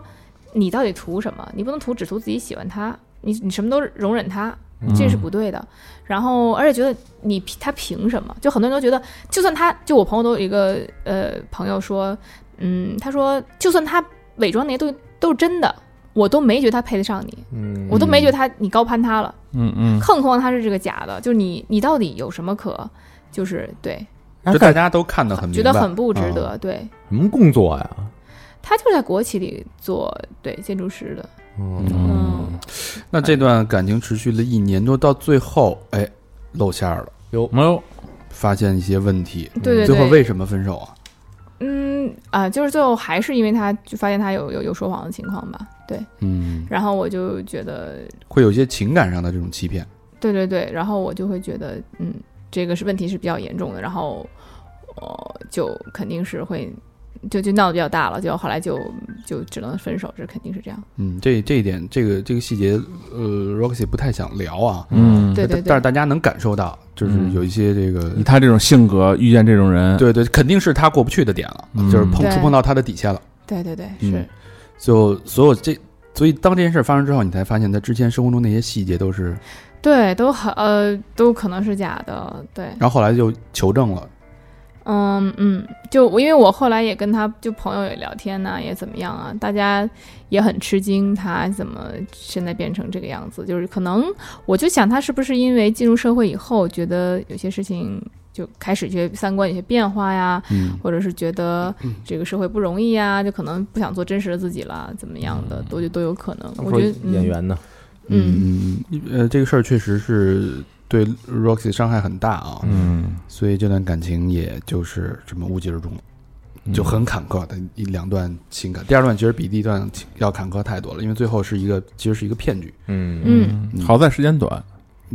Speaker 5: 你到底图什么？你不能图只图自己喜欢他，你你什么都容忍他。这是不对的，然后而且觉得你凭他凭什么？就很多人都觉得，就算他就我朋友都有一个呃朋友说，嗯，他说就算他伪装那些东西都是真的，我都没觉得他配得上你，
Speaker 3: 嗯
Speaker 5: 我都没觉得他你高攀他了。
Speaker 4: 嗯嗯，
Speaker 5: 更何况它是这个假的，就是你你到底有什么可，就是对，
Speaker 2: 就大家都看得很明
Speaker 5: 觉
Speaker 2: 白，
Speaker 5: 得很不值得，对。
Speaker 3: 什么工作呀？
Speaker 5: 他就是在国企里做对建筑师的，
Speaker 3: 嗯，
Speaker 5: 嗯，
Speaker 2: 那这段感情持续了一年多，到最后，哎，露馅儿了，
Speaker 5: 哎
Speaker 4: 没有，
Speaker 2: 发现一些问题。
Speaker 5: 对对
Speaker 2: 最后
Speaker 5: 对，
Speaker 2: 为什么分手啊？
Speaker 5: 嗯啊、就是最后还是因为他就发现他有有有说谎的情况吧，对，
Speaker 2: 嗯，
Speaker 5: 然后我就觉得，
Speaker 2: 会有一些情感上的这种欺骗。
Speaker 5: 对对对，然后我就会觉得，嗯，这个是问题是比较严重的，然后我就肯定是会就就闹得比较大了，就后来就就只能分手，这肯定是这样，
Speaker 2: 嗯，这这一点，这个这个细节，呃，Roxy 不太想聊啊。
Speaker 4: 嗯，
Speaker 5: 对对
Speaker 2: 但但是大家能感受到，就是
Speaker 4: 嗯
Speaker 2: 有一些这个，
Speaker 4: 以他这种性格遇见这种人，
Speaker 2: 对对，肯定是他过不去的点了，
Speaker 4: 嗯
Speaker 2: 就是碰
Speaker 5: 对
Speaker 2: 触碰到他的底线了。
Speaker 5: 对对对，
Speaker 2: 嗯
Speaker 5: 是。
Speaker 2: 就所有这，所以当这件事发生之后，你才发现他之前生活中那些细节都是，
Speaker 5: 对，都很呃，都可能是假的。对，
Speaker 2: 然后后来就求证了。
Speaker 5: 嗯嗯，就我因为我后来也跟他就朋友也聊天呐、也怎么样啊，大家也很吃惊，他怎么现在变成这个样子？就是可能我就想他是不是因为进入社会以后，觉得有些事情就开始觉得三观有些变化呀，
Speaker 2: 嗯，
Speaker 5: 或者是觉得
Speaker 3: 嗯
Speaker 5: 这个社会不容易呀，就可能不想做真实的自己啦，怎么样的，都都有可能。我觉得
Speaker 3: 嗯演，员呢？
Speaker 5: 嗯
Speaker 2: 嗯，嗯嗯呃，这个事儿确实是对 Roxy 伤害很大啊，
Speaker 4: 嗯，
Speaker 2: 所以这段感情也就是这么无疾而终了，就很坎坷的一两段情感。第二段其实比第一段要坎坷太多了，因为最后是一个其实是一个骗局，嗯
Speaker 3: 嗯，
Speaker 5: 嗯，
Speaker 4: 嗯，好在时间短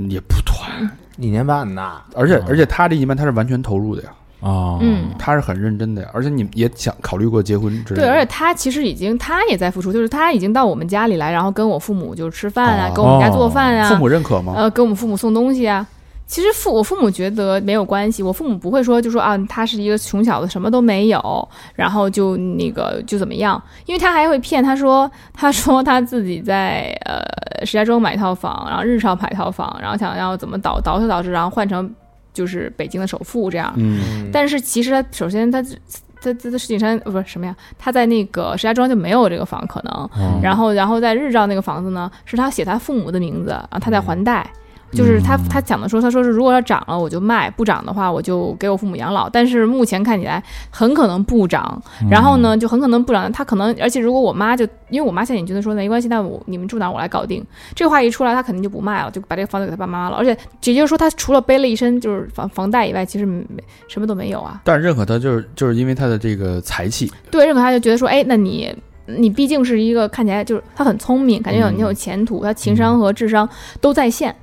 Speaker 2: 也不短，
Speaker 3: 一年半呐，
Speaker 2: 而且
Speaker 4: 哦
Speaker 2: 而且他这一半他是完全投入的呀，
Speaker 4: 哦，
Speaker 5: 嗯，
Speaker 2: 他是很认真的呀，而且你也想考虑过结婚之类
Speaker 5: 对，
Speaker 2: 的，
Speaker 5: 而且他其实已经，他也在付出，就是他已经到我们家里来，然后跟我父母就是吃饭啊，
Speaker 2: 哦
Speaker 5: 跟我们家做饭啊，
Speaker 2: 父母认可吗？
Speaker 5: 呃，给我们父母送东西啊。其实父我父母觉得没有关系，我父母不会说就说啊，他是一个穷小子，什么都没有，然后就那个就怎么样，因为他还会骗他说，他说他自己在呃石家庄买一套房，然后日照买一套房，然后想要怎么倒倒饬倒饬，然后换成就是北京的首付这样，
Speaker 2: 嗯，
Speaker 5: 但是其实他首先他在在在石景山呃不是什么呀，他在那个石家庄就没有这个房可能。
Speaker 3: 嗯
Speaker 5: 然后然后在日照那个房子呢，是他写他父母的名字，啊，他在还贷。就是他，他讲的说，他说是如果要涨了我就卖，不涨的话我就给我父母养老。但是目前看起来很可能不涨，然后呢就很可能不涨。他可能，而且如果我妈就，因为我妈现在已经觉得说没关系，那我你们住哪儿我来搞定。这话一出来，他肯定就不卖了，就把这个房子给他爸妈了。而且也就是说，他除了背了一身就是房房贷以外，其实没什么都没有啊。
Speaker 2: 但是认可他就是就是因为他的这个才气，
Speaker 5: 对，认可他就觉得说，哎，那你你毕竟是一个看起来就是他很聪明，感觉
Speaker 2: 嗯
Speaker 5: 有你有前途，他情商和智商都在线，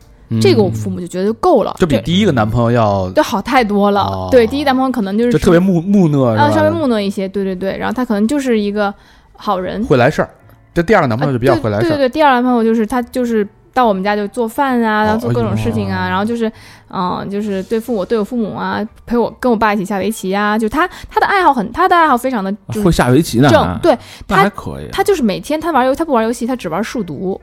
Speaker 5: 这个我父母就觉得就够了，
Speaker 2: 就嗯比第一个男朋友要
Speaker 5: 这这好太多了。
Speaker 2: 哦
Speaker 5: 对，第一男朋友可能就是
Speaker 2: 就特别木木讷，
Speaker 5: 啊
Speaker 2: 是吧
Speaker 5: 稍微木讷一些，对对对，然后他可能就是一个好人，
Speaker 2: 会来事儿。这第二个男朋友就比较会来
Speaker 5: 啊对
Speaker 2: 事
Speaker 5: 对
Speaker 2: 儿，
Speaker 5: 对，第二男朋友就是他就是。到我们家就做饭啊，然后做各种事情
Speaker 2: 哦哎
Speaker 5: 啊，
Speaker 2: 呦
Speaker 5: 然后就是，嗯、就是对付我对我父母啊，陪我跟我爸一起下围棋啊，就他他的爱好很，他的爱好非常的就
Speaker 4: 啊会
Speaker 5: 是
Speaker 4: 下围棋
Speaker 2: 啊
Speaker 4: 呢，
Speaker 5: 正，对
Speaker 4: 那
Speaker 5: 他
Speaker 4: 还可以。
Speaker 5: 他就是每天他玩游，他不玩游戏，他只玩数独，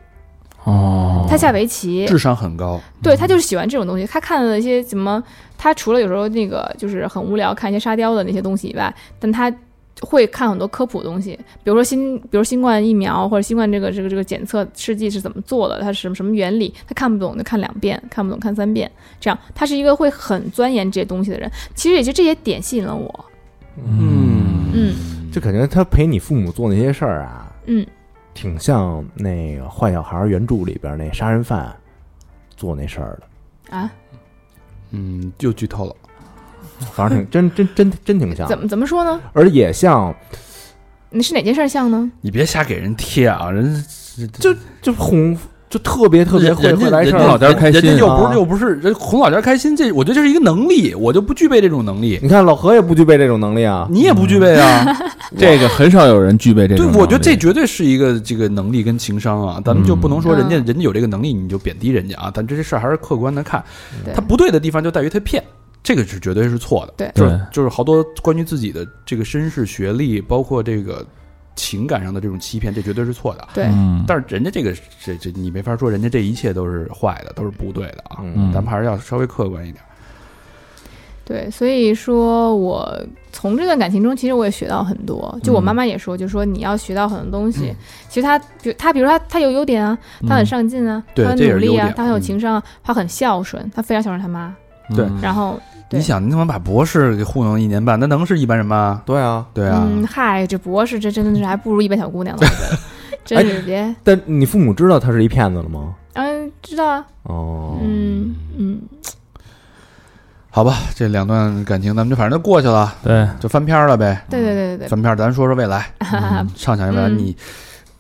Speaker 4: 哦，
Speaker 5: 他下围棋，
Speaker 2: 智商很高。
Speaker 5: 对他就是喜欢这种东西。他看了一些什么，他除了有时候那个啊就是很无聊看一些沙雕的那些东西以外，但他会看很多科普的东西，比如说新，比如新冠疫苗或者新冠这个这个这个检测试剂是怎么做的，它是什么什么原理，他看不懂就看两遍，看不懂看三遍，这样他是一个会很钻研这些东西的人。其实也就这些点吸引了我，
Speaker 2: 嗯
Speaker 5: 嗯
Speaker 3: 就感觉他陪你父母做那些事儿啊，
Speaker 5: 嗯，
Speaker 3: 挺像那个《坏小孩》原著里边那杀人犯做那事儿的，
Speaker 5: 啊，
Speaker 2: 嗯，又剧透了。
Speaker 3: 反正挺真真真真挺像，
Speaker 5: 怎么怎么 *laughs* 说呢？
Speaker 3: 而也像
Speaker 5: 你是哪件事儿像呢？
Speaker 2: 你别瞎给人贴啊，人
Speaker 3: 就哄，就特别特别会
Speaker 2: 人
Speaker 3: 会
Speaker 2: 家
Speaker 3: 来
Speaker 2: 人
Speaker 3: 事
Speaker 2: 家
Speaker 3: 儿。
Speaker 4: 哄老家开心
Speaker 2: 人家又不
Speaker 3: 啊
Speaker 2: 是又不是人哄老家开心，这我觉得这是一个能力，我就不具备这种能力，
Speaker 3: 你看老何也不具备这种能力
Speaker 5: 嗯
Speaker 3: 啊，
Speaker 2: 你也不具备啊。
Speaker 4: 这个很少有人具备这
Speaker 2: 对
Speaker 4: 种能，力。
Speaker 2: 我觉得这绝对是一个这个能力跟情商啊，咱们就不能说人家
Speaker 5: 嗯
Speaker 2: 人家有这个能力你就贬低人家啊，咱这些事儿还是客观的看。
Speaker 5: 对
Speaker 2: 他不对的地方就在于他骗，这个是绝对是错的。
Speaker 5: 对
Speaker 2: 就是
Speaker 4: 对
Speaker 2: 就是好多关于自己的这个身世、学历，包括这个情感上的这种欺骗，这绝对是错的。
Speaker 5: 对，
Speaker 4: 嗯，
Speaker 2: 但是人家这个这这你没法说，人家这一切都是坏的，都是不对的啊。
Speaker 3: 嗯
Speaker 2: 咱们还是要稍微客观一点。
Speaker 5: 对，所以说我从这段感情中，其实我也学到很多。就我
Speaker 2: 嗯
Speaker 5: 妈妈也说，就说你要学到很多东西。其实她，比如她，比如她，她有优点啊，她很上进啊，
Speaker 2: 嗯对
Speaker 5: 她很
Speaker 2: 这也
Speaker 5: 努
Speaker 2: 是
Speaker 5: 力
Speaker 2: 优
Speaker 5: 啊，
Speaker 2: 点
Speaker 5: 她很有
Speaker 2: 嗯
Speaker 5: 情商啊，她很孝顺，她非常孝顺她妈。
Speaker 2: 对
Speaker 4: 嗯
Speaker 5: 然后，对
Speaker 2: 你想，你他妈把博士给糊弄一年半，那能是一般人吗？
Speaker 3: 对啊。
Speaker 2: 对啊，
Speaker 5: 嗯，嗨，这博士这真的是还不如一般小姑娘呢，我觉得 *laughs*
Speaker 2: 哎
Speaker 5: 真是别，
Speaker 3: 但你父母知道他是一骗子了吗？
Speaker 5: 嗯，知道啊，
Speaker 3: 哦，
Speaker 5: 嗯嗯，
Speaker 2: 好吧，这两段感情咱们就反正就过去了，
Speaker 4: 对，
Speaker 2: 就翻篇儿了呗。
Speaker 5: 对对对对对，
Speaker 2: 翻篇儿，咱说说未来，
Speaker 5: 哈哈，
Speaker 2: 畅想一下未来。
Speaker 5: *laughs* 嗯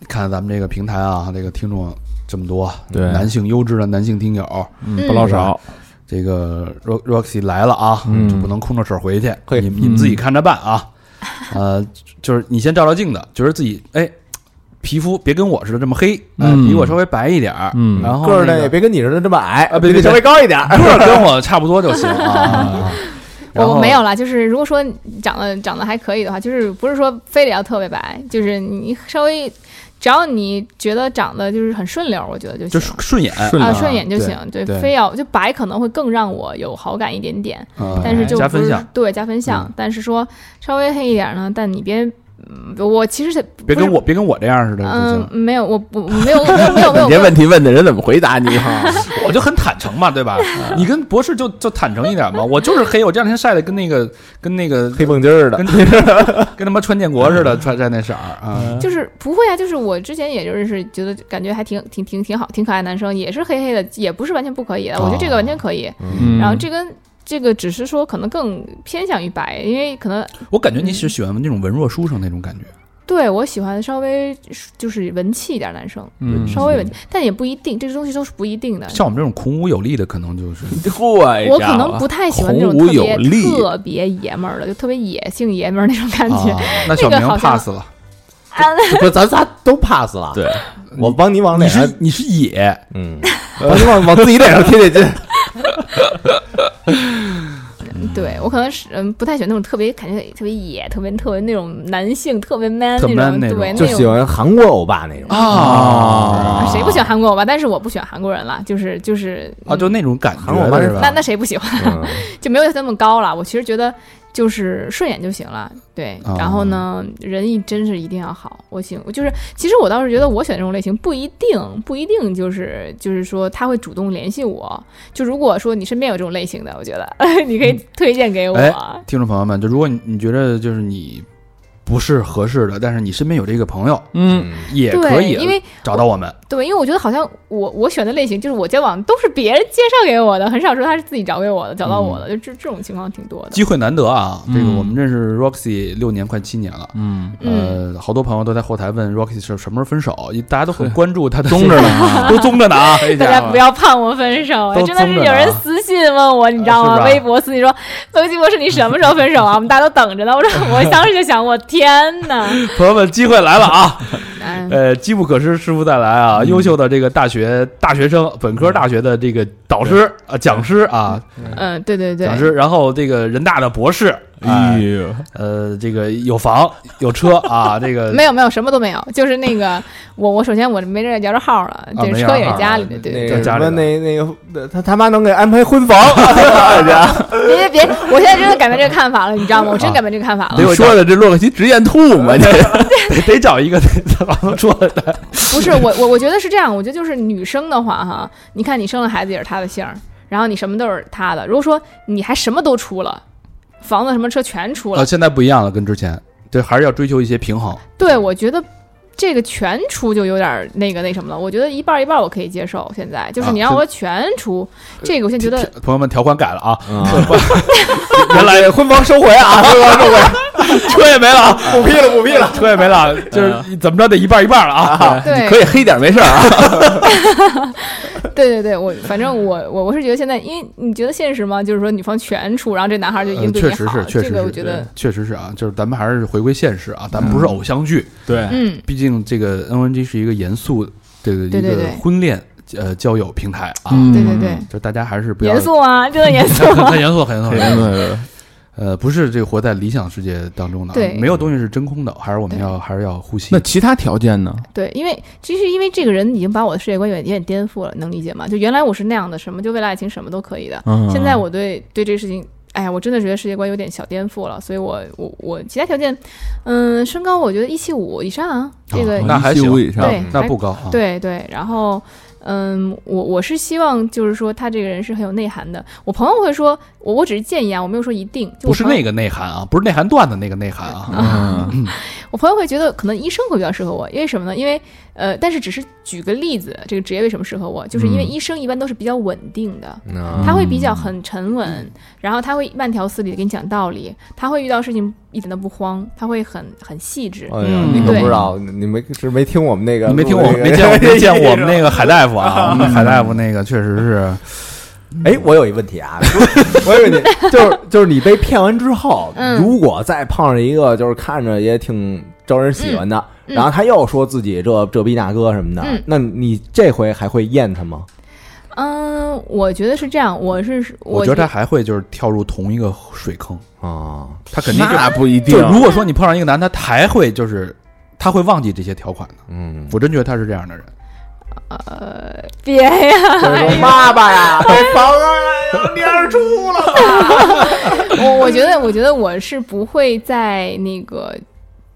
Speaker 2: 你看咱们这个平台啊，这个听众这么多，
Speaker 4: 对
Speaker 2: 男性优质的男性听友，
Speaker 5: 嗯
Speaker 4: 不老少，
Speaker 2: 这个 Ro- Roxy 来了啊，
Speaker 3: 嗯
Speaker 2: 就不能空着手回去，
Speaker 3: 嘿
Speaker 2: 你们你们自己看着办啊。呃，就是你先照照镜子，觉得自己哎，皮肤别跟我似的这么黑，哎
Speaker 4: 嗯
Speaker 2: 比我稍微白一点儿，
Speaker 4: 嗯
Speaker 2: 然后
Speaker 3: 个儿
Speaker 2: 那
Speaker 3: 呢
Speaker 2: 个
Speaker 3: 也别跟你似的这么矮
Speaker 2: 啊别别
Speaker 3: 你得稍微高一点儿。 *laughs*
Speaker 2: 个儿跟我差不多就行啊。然
Speaker 5: 我
Speaker 2: 后
Speaker 5: 哦没有啦，就是如果说长得长得还可以的话，就是不是说非得要特别白，就是你稍微，只要你觉得长得就是很顺溜，我觉得就
Speaker 2: 就
Speaker 5: 行。
Speaker 2: 顺顺眼，
Speaker 4: 顺溜
Speaker 5: 啊，
Speaker 4: 啊
Speaker 5: 顺眼就
Speaker 2: 对
Speaker 5: 行，对，
Speaker 2: 对
Speaker 5: 非要就白可能会更让我有好感一点点，
Speaker 2: 嗯
Speaker 5: 但是就
Speaker 2: 加
Speaker 5: 不
Speaker 2: 分
Speaker 5: 是
Speaker 2: 项，
Speaker 5: 对加分
Speaker 2: 嗯
Speaker 5: 项，但是说稍微黑一点呢，但你别，嗯我其实是
Speaker 2: 别
Speaker 5: 不是
Speaker 2: 跟我别跟我这样似的就
Speaker 5: 嗯
Speaker 2: 行。
Speaker 5: 没有我我我没有没
Speaker 2: *laughs*
Speaker 5: 有没有
Speaker 4: 你这问题问的人怎么回答你？啊
Speaker 5: *laughs*
Speaker 2: 我就很坦诚嘛，对吧？你跟博士就就坦诚一点嘛，我就是黑，我这两天晒的跟那个跟那
Speaker 5: *laughs*
Speaker 2: 个
Speaker 3: 黑蹦筋儿的，
Speaker 2: 跟 *laughs* 跟他妈川建国似的，穿在那色儿啊。
Speaker 5: 就是不会啊，就是我之前也就是觉得感觉还挺挺挺挺好，挺可爱的男生也是黑黑的，也不是完全不可以的，我觉得这个完全可以。
Speaker 4: 嗯
Speaker 5: 然后这跟这个只是说可能更偏向于白，因为可能
Speaker 2: 我感觉你是喜欢那种文弱书生那种感
Speaker 5: 嗯
Speaker 2: 觉，
Speaker 5: 对我喜欢稍微就是文气一点男生，
Speaker 4: 嗯
Speaker 5: 稍微文气，但也不一定，这个东西都是不一定的。
Speaker 2: 像我们这种孔武有力的，可能就是
Speaker 4: 对
Speaker 5: 我可能不太喜欢那种
Speaker 4: 孔武
Speaker 5: 特别
Speaker 4: 有力
Speaker 5: 特别爷们儿的，就特别野性爷们儿那种感觉
Speaker 2: 啊。，那小
Speaker 5: 嗯那
Speaker 2: 明
Speaker 5: 个好像
Speaker 2: pass 了。
Speaker 3: 不是咱仨都 pass 了。
Speaker 4: 对，
Speaker 3: 我帮你往
Speaker 2: 你
Speaker 3: 脸上
Speaker 2: 是你是野，
Speaker 3: 嗯，往往往自己脸上贴贴金。
Speaker 5: 对我可能是嗯不太喜欢那种特别感觉特别野、特别特别那种男性特别 man
Speaker 2: 特 man 那种
Speaker 5: 种，对
Speaker 3: 就
Speaker 5: 那
Speaker 3: 喜
Speaker 5: 种。
Speaker 3: 欢韩国欧巴
Speaker 2: *laughs*
Speaker 3: 那种
Speaker 2: 啊
Speaker 5: 谁不喜欢韩国欧巴？但是我不喜欢韩国人了，就是就是
Speaker 2: 啊，就那种感觉
Speaker 5: 嗯
Speaker 3: 韩国
Speaker 2: 的
Speaker 3: 班
Speaker 2: 是
Speaker 3: 是
Speaker 2: 吧
Speaker 5: 那？那谁不喜欢？
Speaker 3: 嗯
Speaker 5: 就没有那么高了。我其实觉得就是顺眼就行了。对，
Speaker 2: 啊
Speaker 4: 哦
Speaker 5: 然后呢，人一真是一定要好。我行，我就是其实我倒是觉得我选这种类型不一定不一定就是就是说他会主动联系我。就如果说你身边有这种类型的，我觉得 *laughs* 你可以推荐给我。
Speaker 2: 哎听众朋友们，就如果你你觉得就是你不是合适的，但是你身边有这个朋友，
Speaker 4: 嗯，
Speaker 3: 嗯，
Speaker 2: 也可
Speaker 5: 对，
Speaker 2: 以啊
Speaker 5: 因为
Speaker 2: 找到我们。
Speaker 5: 对，因为我觉得好像我我选的类型就是我交往都是别人介绍给我的，很少说他是自己找给我的，找
Speaker 2: 嗯
Speaker 5: 到我的，就这这种情况挺多的。
Speaker 2: 机会难得啊！
Speaker 4: 嗯
Speaker 2: 这个我们认识 Roxy 六年，快七年了。
Speaker 4: 嗯，
Speaker 5: 嗯
Speaker 2: 呃，好多朋友都在后台问 Roxy 是什么时候分手，大家都很
Speaker 4: 对
Speaker 2: 关注他
Speaker 4: *laughs*
Speaker 2: 的，
Speaker 4: 中着呢啊，
Speaker 2: 都棕着呢啊！
Speaker 5: *laughs* 大家不要盼我分手啊！
Speaker 2: 都
Speaker 5: 真的是
Speaker 2: 棕着呢
Speaker 5: 有
Speaker 2: 啊
Speaker 5: 人私信问我，你知道
Speaker 2: 是
Speaker 5: 吗？
Speaker 2: 吧
Speaker 5: 微博私信说：“东西博士，你什么时候分手啊？”我们大家都等着呢。我说，
Speaker 2: *laughs*
Speaker 5: 我当时就想，我天哪！
Speaker 2: 朋友们，机会来了啊！
Speaker 5: 哎
Speaker 2: *laughs* 呃，机不可失，失不再来啊！
Speaker 4: 嗯
Speaker 2: 优秀的这个大学大学生，本科大学的这个导师啊，讲师啊，
Speaker 5: *laughs* 嗯，对对
Speaker 2: *laughs*
Speaker 5: 对
Speaker 2: 讲，师，然后这个人大的博士，
Speaker 4: 哎
Speaker 2: 哎
Speaker 4: 呦，
Speaker 2: 呃，这个有房有车啊，这个
Speaker 5: *laughs* 没有没有什么都没有，就是那个我我首先我没这摇着号了，
Speaker 2: 啊
Speaker 5: 这
Speaker 2: 没摇
Speaker 5: 车也
Speaker 2: 号
Speaker 5: 是家
Speaker 2: 啊
Speaker 5: 里的，对对
Speaker 3: 那
Speaker 2: 在
Speaker 3: 个
Speaker 2: 家
Speaker 3: 什
Speaker 2: 里
Speaker 3: 么
Speaker 2: 的
Speaker 3: 那那个他他妈能给安排婚房，
Speaker 5: 别别别，我现在真的改变这个看法了，你知道
Speaker 2: 啊
Speaker 5: 吗？我真改变这个看法了。
Speaker 4: 你说的这洛克希直咽吐沫，这
Speaker 2: 得得找一个得往上说的，
Speaker 5: *laughs* 不是我，我我觉得是这样，我觉得就是女生的话哈，你看你生了孩子也是她的姓儿，然后你什么都是她的。如果说你还什么都出了，房子什么车全出了，
Speaker 2: 啊，现在不一样了，跟之前，对，还是要追求一些平衡。
Speaker 5: 对我觉得这个全出就有点儿那个那什么了。我觉得一半儿一半儿我可以接受，现在就
Speaker 2: 啊
Speaker 5: 是
Speaker 2: 呃
Speaker 5: 你让我全出，这个我现在觉得。
Speaker 2: 朋友们，条款改了啊，
Speaker 3: 原来婚房收回啊，婚房收回，
Speaker 2: 车也没了啊，
Speaker 3: 不批了不批了，
Speaker 2: 车也没了，就是呃怎么着得一半一半了
Speaker 5: *laughs*
Speaker 2: 啊。
Speaker 5: 对，
Speaker 4: 嗯可以黑点没事儿啊。
Speaker 5: 对对对，我反正我我我是觉得现在，因为你觉得现实吗？就是说女方全出，然后这男孩儿就一定
Speaker 2: 嗯，
Speaker 5: 对
Speaker 2: 确
Speaker 5: 你
Speaker 2: 实
Speaker 5: 好，
Speaker 2: 是，确实
Speaker 5: 这个我
Speaker 2: 是，
Speaker 5: 觉得
Speaker 2: 对，确实是啊，就是咱们还是回归现实啊，咱们不是偶像剧，
Speaker 4: 对，
Speaker 5: 嗯，
Speaker 2: 毕竟这个 NNG 是一个严肃的一
Speaker 5: 对对
Speaker 2: 个
Speaker 5: 对
Speaker 2: 婚恋呃交友平台啊，
Speaker 4: 嗯
Speaker 5: 对对对，
Speaker 2: 就大家还是不要
Speaker 5: 严，肃啊，真的严肃。
Speaker 2: *laughs* 很严肃，很严肃，很严肃。
Speaker 4: 对，
Speaker 2: 呃，不是这个活在理想世界当中的啊，
Speaker 5: 对
Speaker 2: 没有东西是真空的，还是我们
Speaker 5: 对
Speaker 2: 要还是要呼吸。
Speaker 4: 那其他条件呢？
Speaker 5: 对，因为其实因为这个人已经把我的世界观有点有点颠覆了，能理解吗？就原来我是那样的，什么就为了爱情什么都可以的。
Speaker 4: 嗯，
Speaker 5: 现在我对对这个事情，哎呀，我真的觉得世界观有点小颠覆了，所以我我我其他条件，嗯，身高我觉得一七五以上啊，这个、
Speaker 2: 哦那还
Speaker 4: 一七五
Speaker 2: 行
Speaker 4: 以上
Speaker 5: 对
Speaker 2: 那
Speaker 5: 还
Speaker 2: 不高啊，
Speaker 5: 对对，然后。嗯，我我是希望就是说他这个人是很有内涵的。我朋友会说，我我只是建议啊，我没有说一定。就
Speaker 2: 不是
Speaker 5: 那。
Speaker 2: 那个内涵啊，不是内涵段子那个内涵啊。
Speaker 4: 嗯，
Speaker 5: 我朋友会觉得可能医生会比较适合我，因为什么呢？因为呃，但是只是举个例子，这个职业为什么适合我，就是因为
Speaker 4: 嗯
Speaker 5: 医生一般都是比较稳定的。
Speaker 3: *laughs* 嗯
Speaker 5: 他会比较很
Speaker 2: 嗯
Speaker 5: 沉稳，然后他会慢条斯理的给你讲道理，他会遇到事情一点都不慌，他会很很细致。
Speaker 2: 哦
Speaker 3: 哎呀，你可不知道，你没是没听我们那个，
Speaker 2: 你没听我们没见我没见我们那个海大夫啊，海大夫那个确实是，
Speaker 5: 嗯
Speaker 3: 哎，我有一问题
Speaker 5: *laughs*
Speaker 3: 啊，我有一问题，就是就是你被骗完之后，
Speaker 5: 嗯
Speaker 3: 如果再碰上一个就是看着也挺招人喜欢的，
Speaker 5: 嗯嗯
Speaker 3: 然后他又说自己这这逼那哥什么的，
Speaker 5: 嗯
Speaker 3: 那你这回还会验他吗？
Speaker 5: 嗯，我觉得是这样，我是
Speaker 2: 我觉得他还会就是跳入同一个水坑，
Speaker 3: 啊，
Speaker 2: 他肯定
Speaker 4: 那不一
Speaker 2: 就
Speaker 4: 定
Speaker 2: 就。如果说你碰上一个男的，他还会就是他会忘记这些条款的，
Speaker 3: 嗯，
Speaker 2: 我真觉得他是这样的人。
Speaker 5: 别呀，
Speaker 3: 就是
Speaker 4: 哎
Speaker 3: 说妈妈
Speaker 4: *laughs*
Speaker 3: 呀，都房啊，你二出了，
Speaker 5: 我我觉得我觉得我是不会在那个，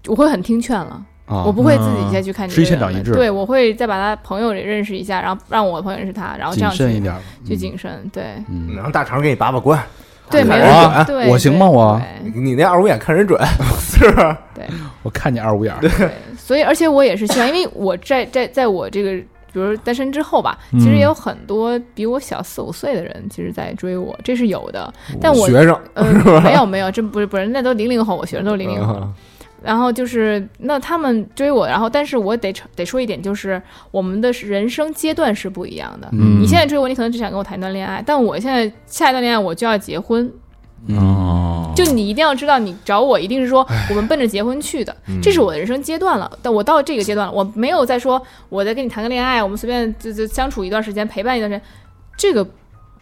Speaker 5: 我会很听劝了。
Speaker 2: 啊
Speaker 5: 我不会自己再去看这
Speaker 2: 吃一
Speaker 5: 个
Speaker 2: 堑
Speaker 5: 人
Speaker 2: 长
Speaker 5: 了
Speaker 2: 一智
Speaker 5: 对，我会再把他朋友也认识一下，然后让我的朋友认识他，然后这
Speaker 2: 谨
Speaker 5: 样
Speaker 2: 慎一
Speaker 5: 去
Speaker 2: 点，
Speaker 5: 去谨慎。对
Speaker 2: 嗯，
Speaker 3: 让大肠给你把把关，
Speaker 5: 对，没
Speaker 3: 我
Speaker 5: 问
Speaker 2: 啊
Speaker 5: 题。对，
Speaker 2: 我行吗
Speaker 5: 对
Speaker 2: 我啊
Speaker 3: 你你那二五眼看人准，是不是？
Speaker 2: 我看你二五眼儿，
Speaker 5: 对，所以而且我也是希望，因为我在在在我这个，比如单身之后吧，
Speaker 4: 嗯
Speaker 5: 其实也有很多比我小四五岁的人，其实在追我，这是有的。但我
Speaker 3: 学生，
Speaker 5: 呃，没有没有，这不是不是，那都零零后，我学生都是零零后了。
Speaker 3: 嗯
Speaker 5: 然后就是那他们追我，然后但是我得承得说一点，就是我们的人生阶段是不一样的。
Speaker 4: 嗯
Speaker 5: 你现在追我，你可能只想跟我谈一段恋爱，但我现在下一段恋爱我就要结婚，
Speaker 4: 哦，
Speaker 5: 就你一定要知道，你找我一定是说我们奔着结婚去的，这是我的人生阶段了。但我到这个阶段了，我没有再说我再跟你谈个恋爱，我们随便就就相处一段时间，陪伴一段时间，这个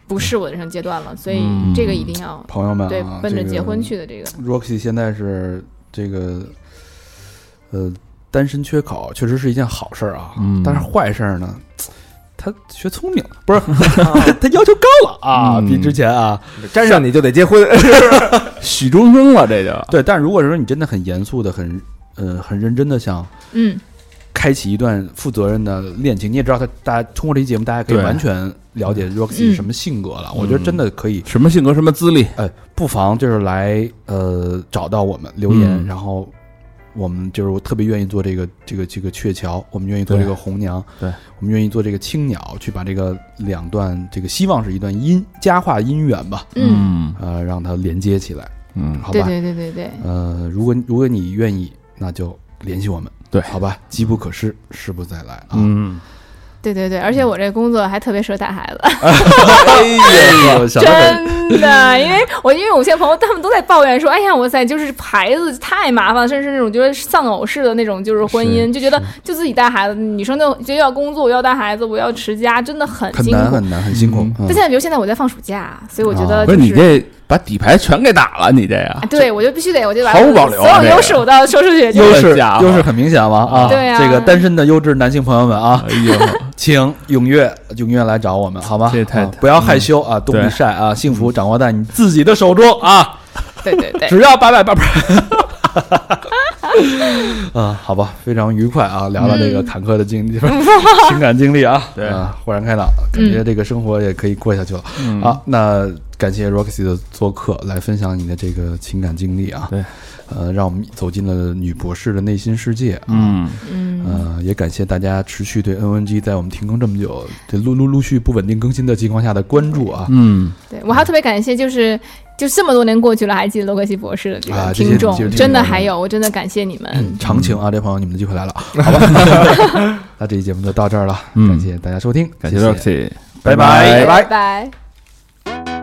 Speaker 5: 不是我的人生阶段了，所以
Speaker 4: 嗯
Speaker 5: 这个一定要
Speaker 2: 朋友们
Speaker 5: 对
Speaker 2: 啊，
Speaker 5: 奔着
Speaker 2: 这个
Speaker 5: 结婚去的这个，
Speaker 2: Roxy 现在是这个呃单身缺口，确实是一件好事儿啊。
Speaker 4: 嗯
Speaker 2: 但是坏事儿呢，他学聪明了，不 *laughs* 是他要求高了啊，比之前啊，
Speaker 3: 沾上你就得结婚，
Speaker 4: 许终生了，这就
Speaker 2: 对。但如果说你真的很严肃的、很呃很认真的想
Speaker 5: 嗯，
Speaker 2: 开启一段负责任的恋情，你也知道他，大家通过这期节目，大家可以
Speaker 4: 对嗯
Speaker 2: 完全了解
Speaker 5: 嗯
Speaker 2: Roxy 是什么性格了。我觉得真的可以，
Speaker 4: 什么性格，什么资历，
Speaker 2: 呃，不妨就是来呃找到我们留言，
Speaker 4: 嗯
Speaker 2: 然后我们就是我特别愿意做这个这个这个鹊桥，我们愿意做
Speaker 4: 对
Speaker 2: 这个红娘，
Speaker 4: 对
Speaker 2: 我们愿意做这个青鸟，去把这个两段这个希望是一段姻佳话姻缘吧，
Speaker 5: 嗯，
Speaker 2: 呃，让它连接起来，
Speaker 4: 嗯，
Speaker 2: 好吧？
Speaker 5: 对对对对对，
Speaker 2: 呃，如果如果你愿意，那就联系我们，
Speaker 4: 对
Speaker 2: 好吧？机不可失，时不再来啊。 *laughs*
Speaker 4: 嗯，
Speaker 5: 对对对，而且我这工作还特别适合带孩子，
Speaker 2: 哎呦，想得
Speaker 5: 真的，因为我因为有些朋友他们都在抱怨说，哎呀，我塞，就是孩子太麻烦，甚至那种觉得丧偶式的那种就是婚姻，就觉得就自己带孩子，女生就觉得要工作，我要带孩子，我要持家，真的很
Speaker 2: 很
Speaker 5: 辛
Speaker 2: 难
Speaker 5: 苦。
Speaker 2: 很难，很辛苦。嗯
Speaker 5: 但现在比如现在我在放暑假，所以我觉
Speaker 2: 啊
Speaker 5: 得
Speaker 4: 不
Speaker 5: 就是
Speaker 4: 你
Speaker 5: 是。
Speaker 4: 这把底牌全给打了，你这呀
Speaker 5: *laughs* 啊，对，我就必须得，我就把
Speaker 4: 毫无
Speaker 5: 我
Speaker 4: 保留啊
Speaker 5: 所
Speaker 4: 这
Speaker 5: 有
Speaker 4: 个
Speaker 5: 优势我都要说出去。就
Speaker 2: 优
Speaker 5: 是
Speaker 2: 势
Speaker 4: 这家伙
Speaker 2: 优势很明显嘛啊！
Speaker 5: 对啊
Speaker 2: 这个单身的优质男性朋友们啊，哎呦，请踊跃踊跃来找我们，好吗？
Speaker 4: 这太
Speaker 2: 啊不要害羞啊，动力
Speaker 4: 对
Speaker 2: 晒啊，幸福掌握在你自己的手中啊！
Speaker 5: 对对对，
Speaker 2: 只要八百八百。
Speaker 4: 嗯
Speaker 2: 啊，好吧，非常愉快啊，聊聊这个坎坷的经历、情感经历啊，
Speaker 4: 对
Speaker 2: 啊，豁然开朗，感觉这个生活也可以过下去了、
Speaker 4: 嗯
Speaker 2: 啊。那感谢 Roxy 的做客，来分享你的这个情感经历啊，
Speaker 4: 对，
Speaker 2: 呃，让我们走进了女博士的内心世界啊。
Speaker 4: 嗯，
Speaker 5: 嗯，
Speaker 2: 呃，也感谢大家持续对 NNG 在我们停更这么久，这陆陆陆续不稳定更新的情况下的关注啊。
Speaker 4: 嗯，
Speaker 5: 对我还特别感谢，就是就这么多年过去了，还记得罗克西博士的这
Speaker 2: 啊
Speaker 5: 个
Speaker 2: 这些
Speaker 5: 听众
Speaker 2: 这些，听
Speaker 5: 真的
Speaker 2: 众
Speaker 5: 还有，我真的感谢你们。
Speaker 4: 嗯
Speaker 2: 长情啊，这朋友你们的机会来了，好
Speaker 4: *laughs*
Speaker 2: 吧？ *laughs* 那这期节目就到这儿了，
Speaker 4: 嗯
Speaker 2: 感谢大家收听，
Speaker 4: 感
Speaker 2: 谢
Speaker 4: 谢 Roxy，
Speaker 2: 拜拜
Speaker 5: 拜拜。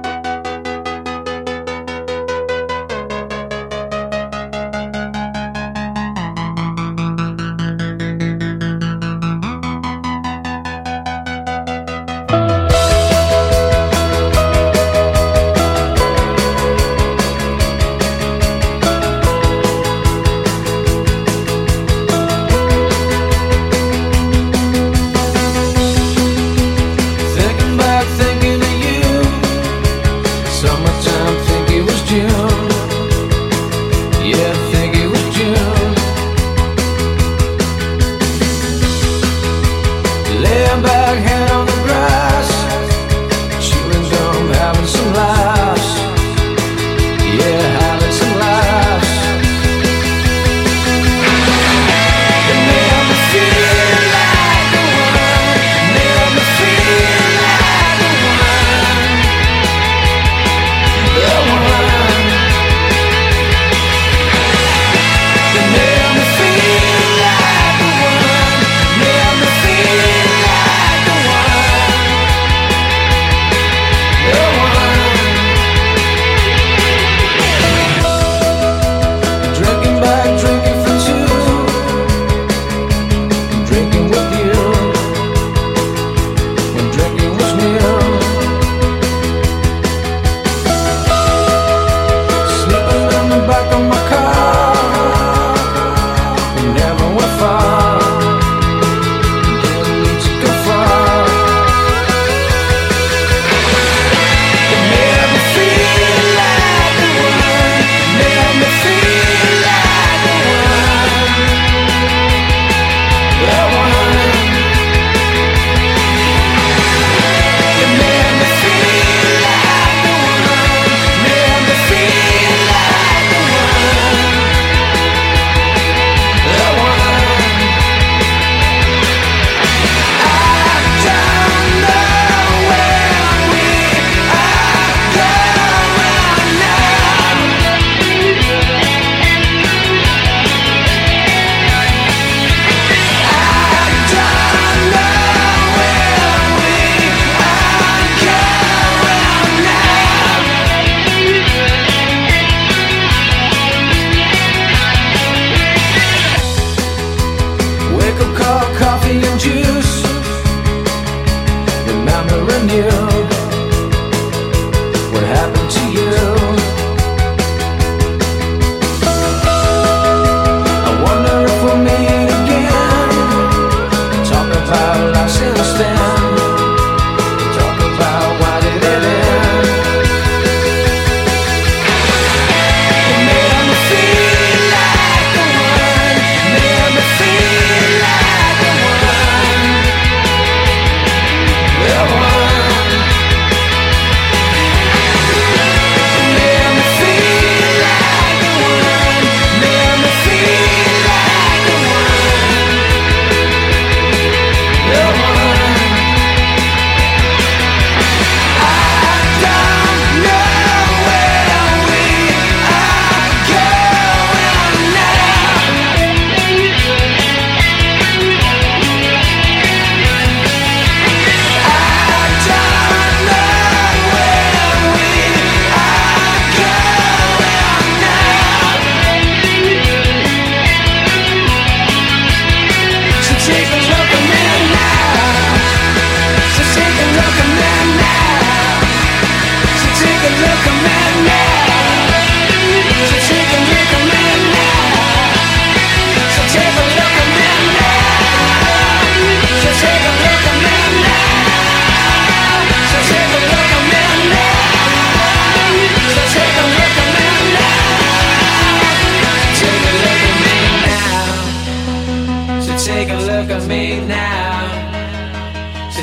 Speaker 6: Thinking back, thinking of you.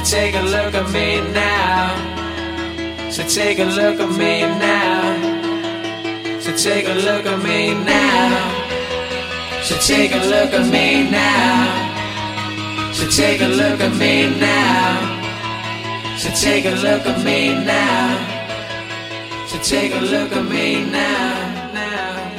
Speaker 6: take a look at me now. So take a look at me now. So take a look at me now. So take a look at me now. So take a look at me now. So take a look at me now. So take a look at me now. now.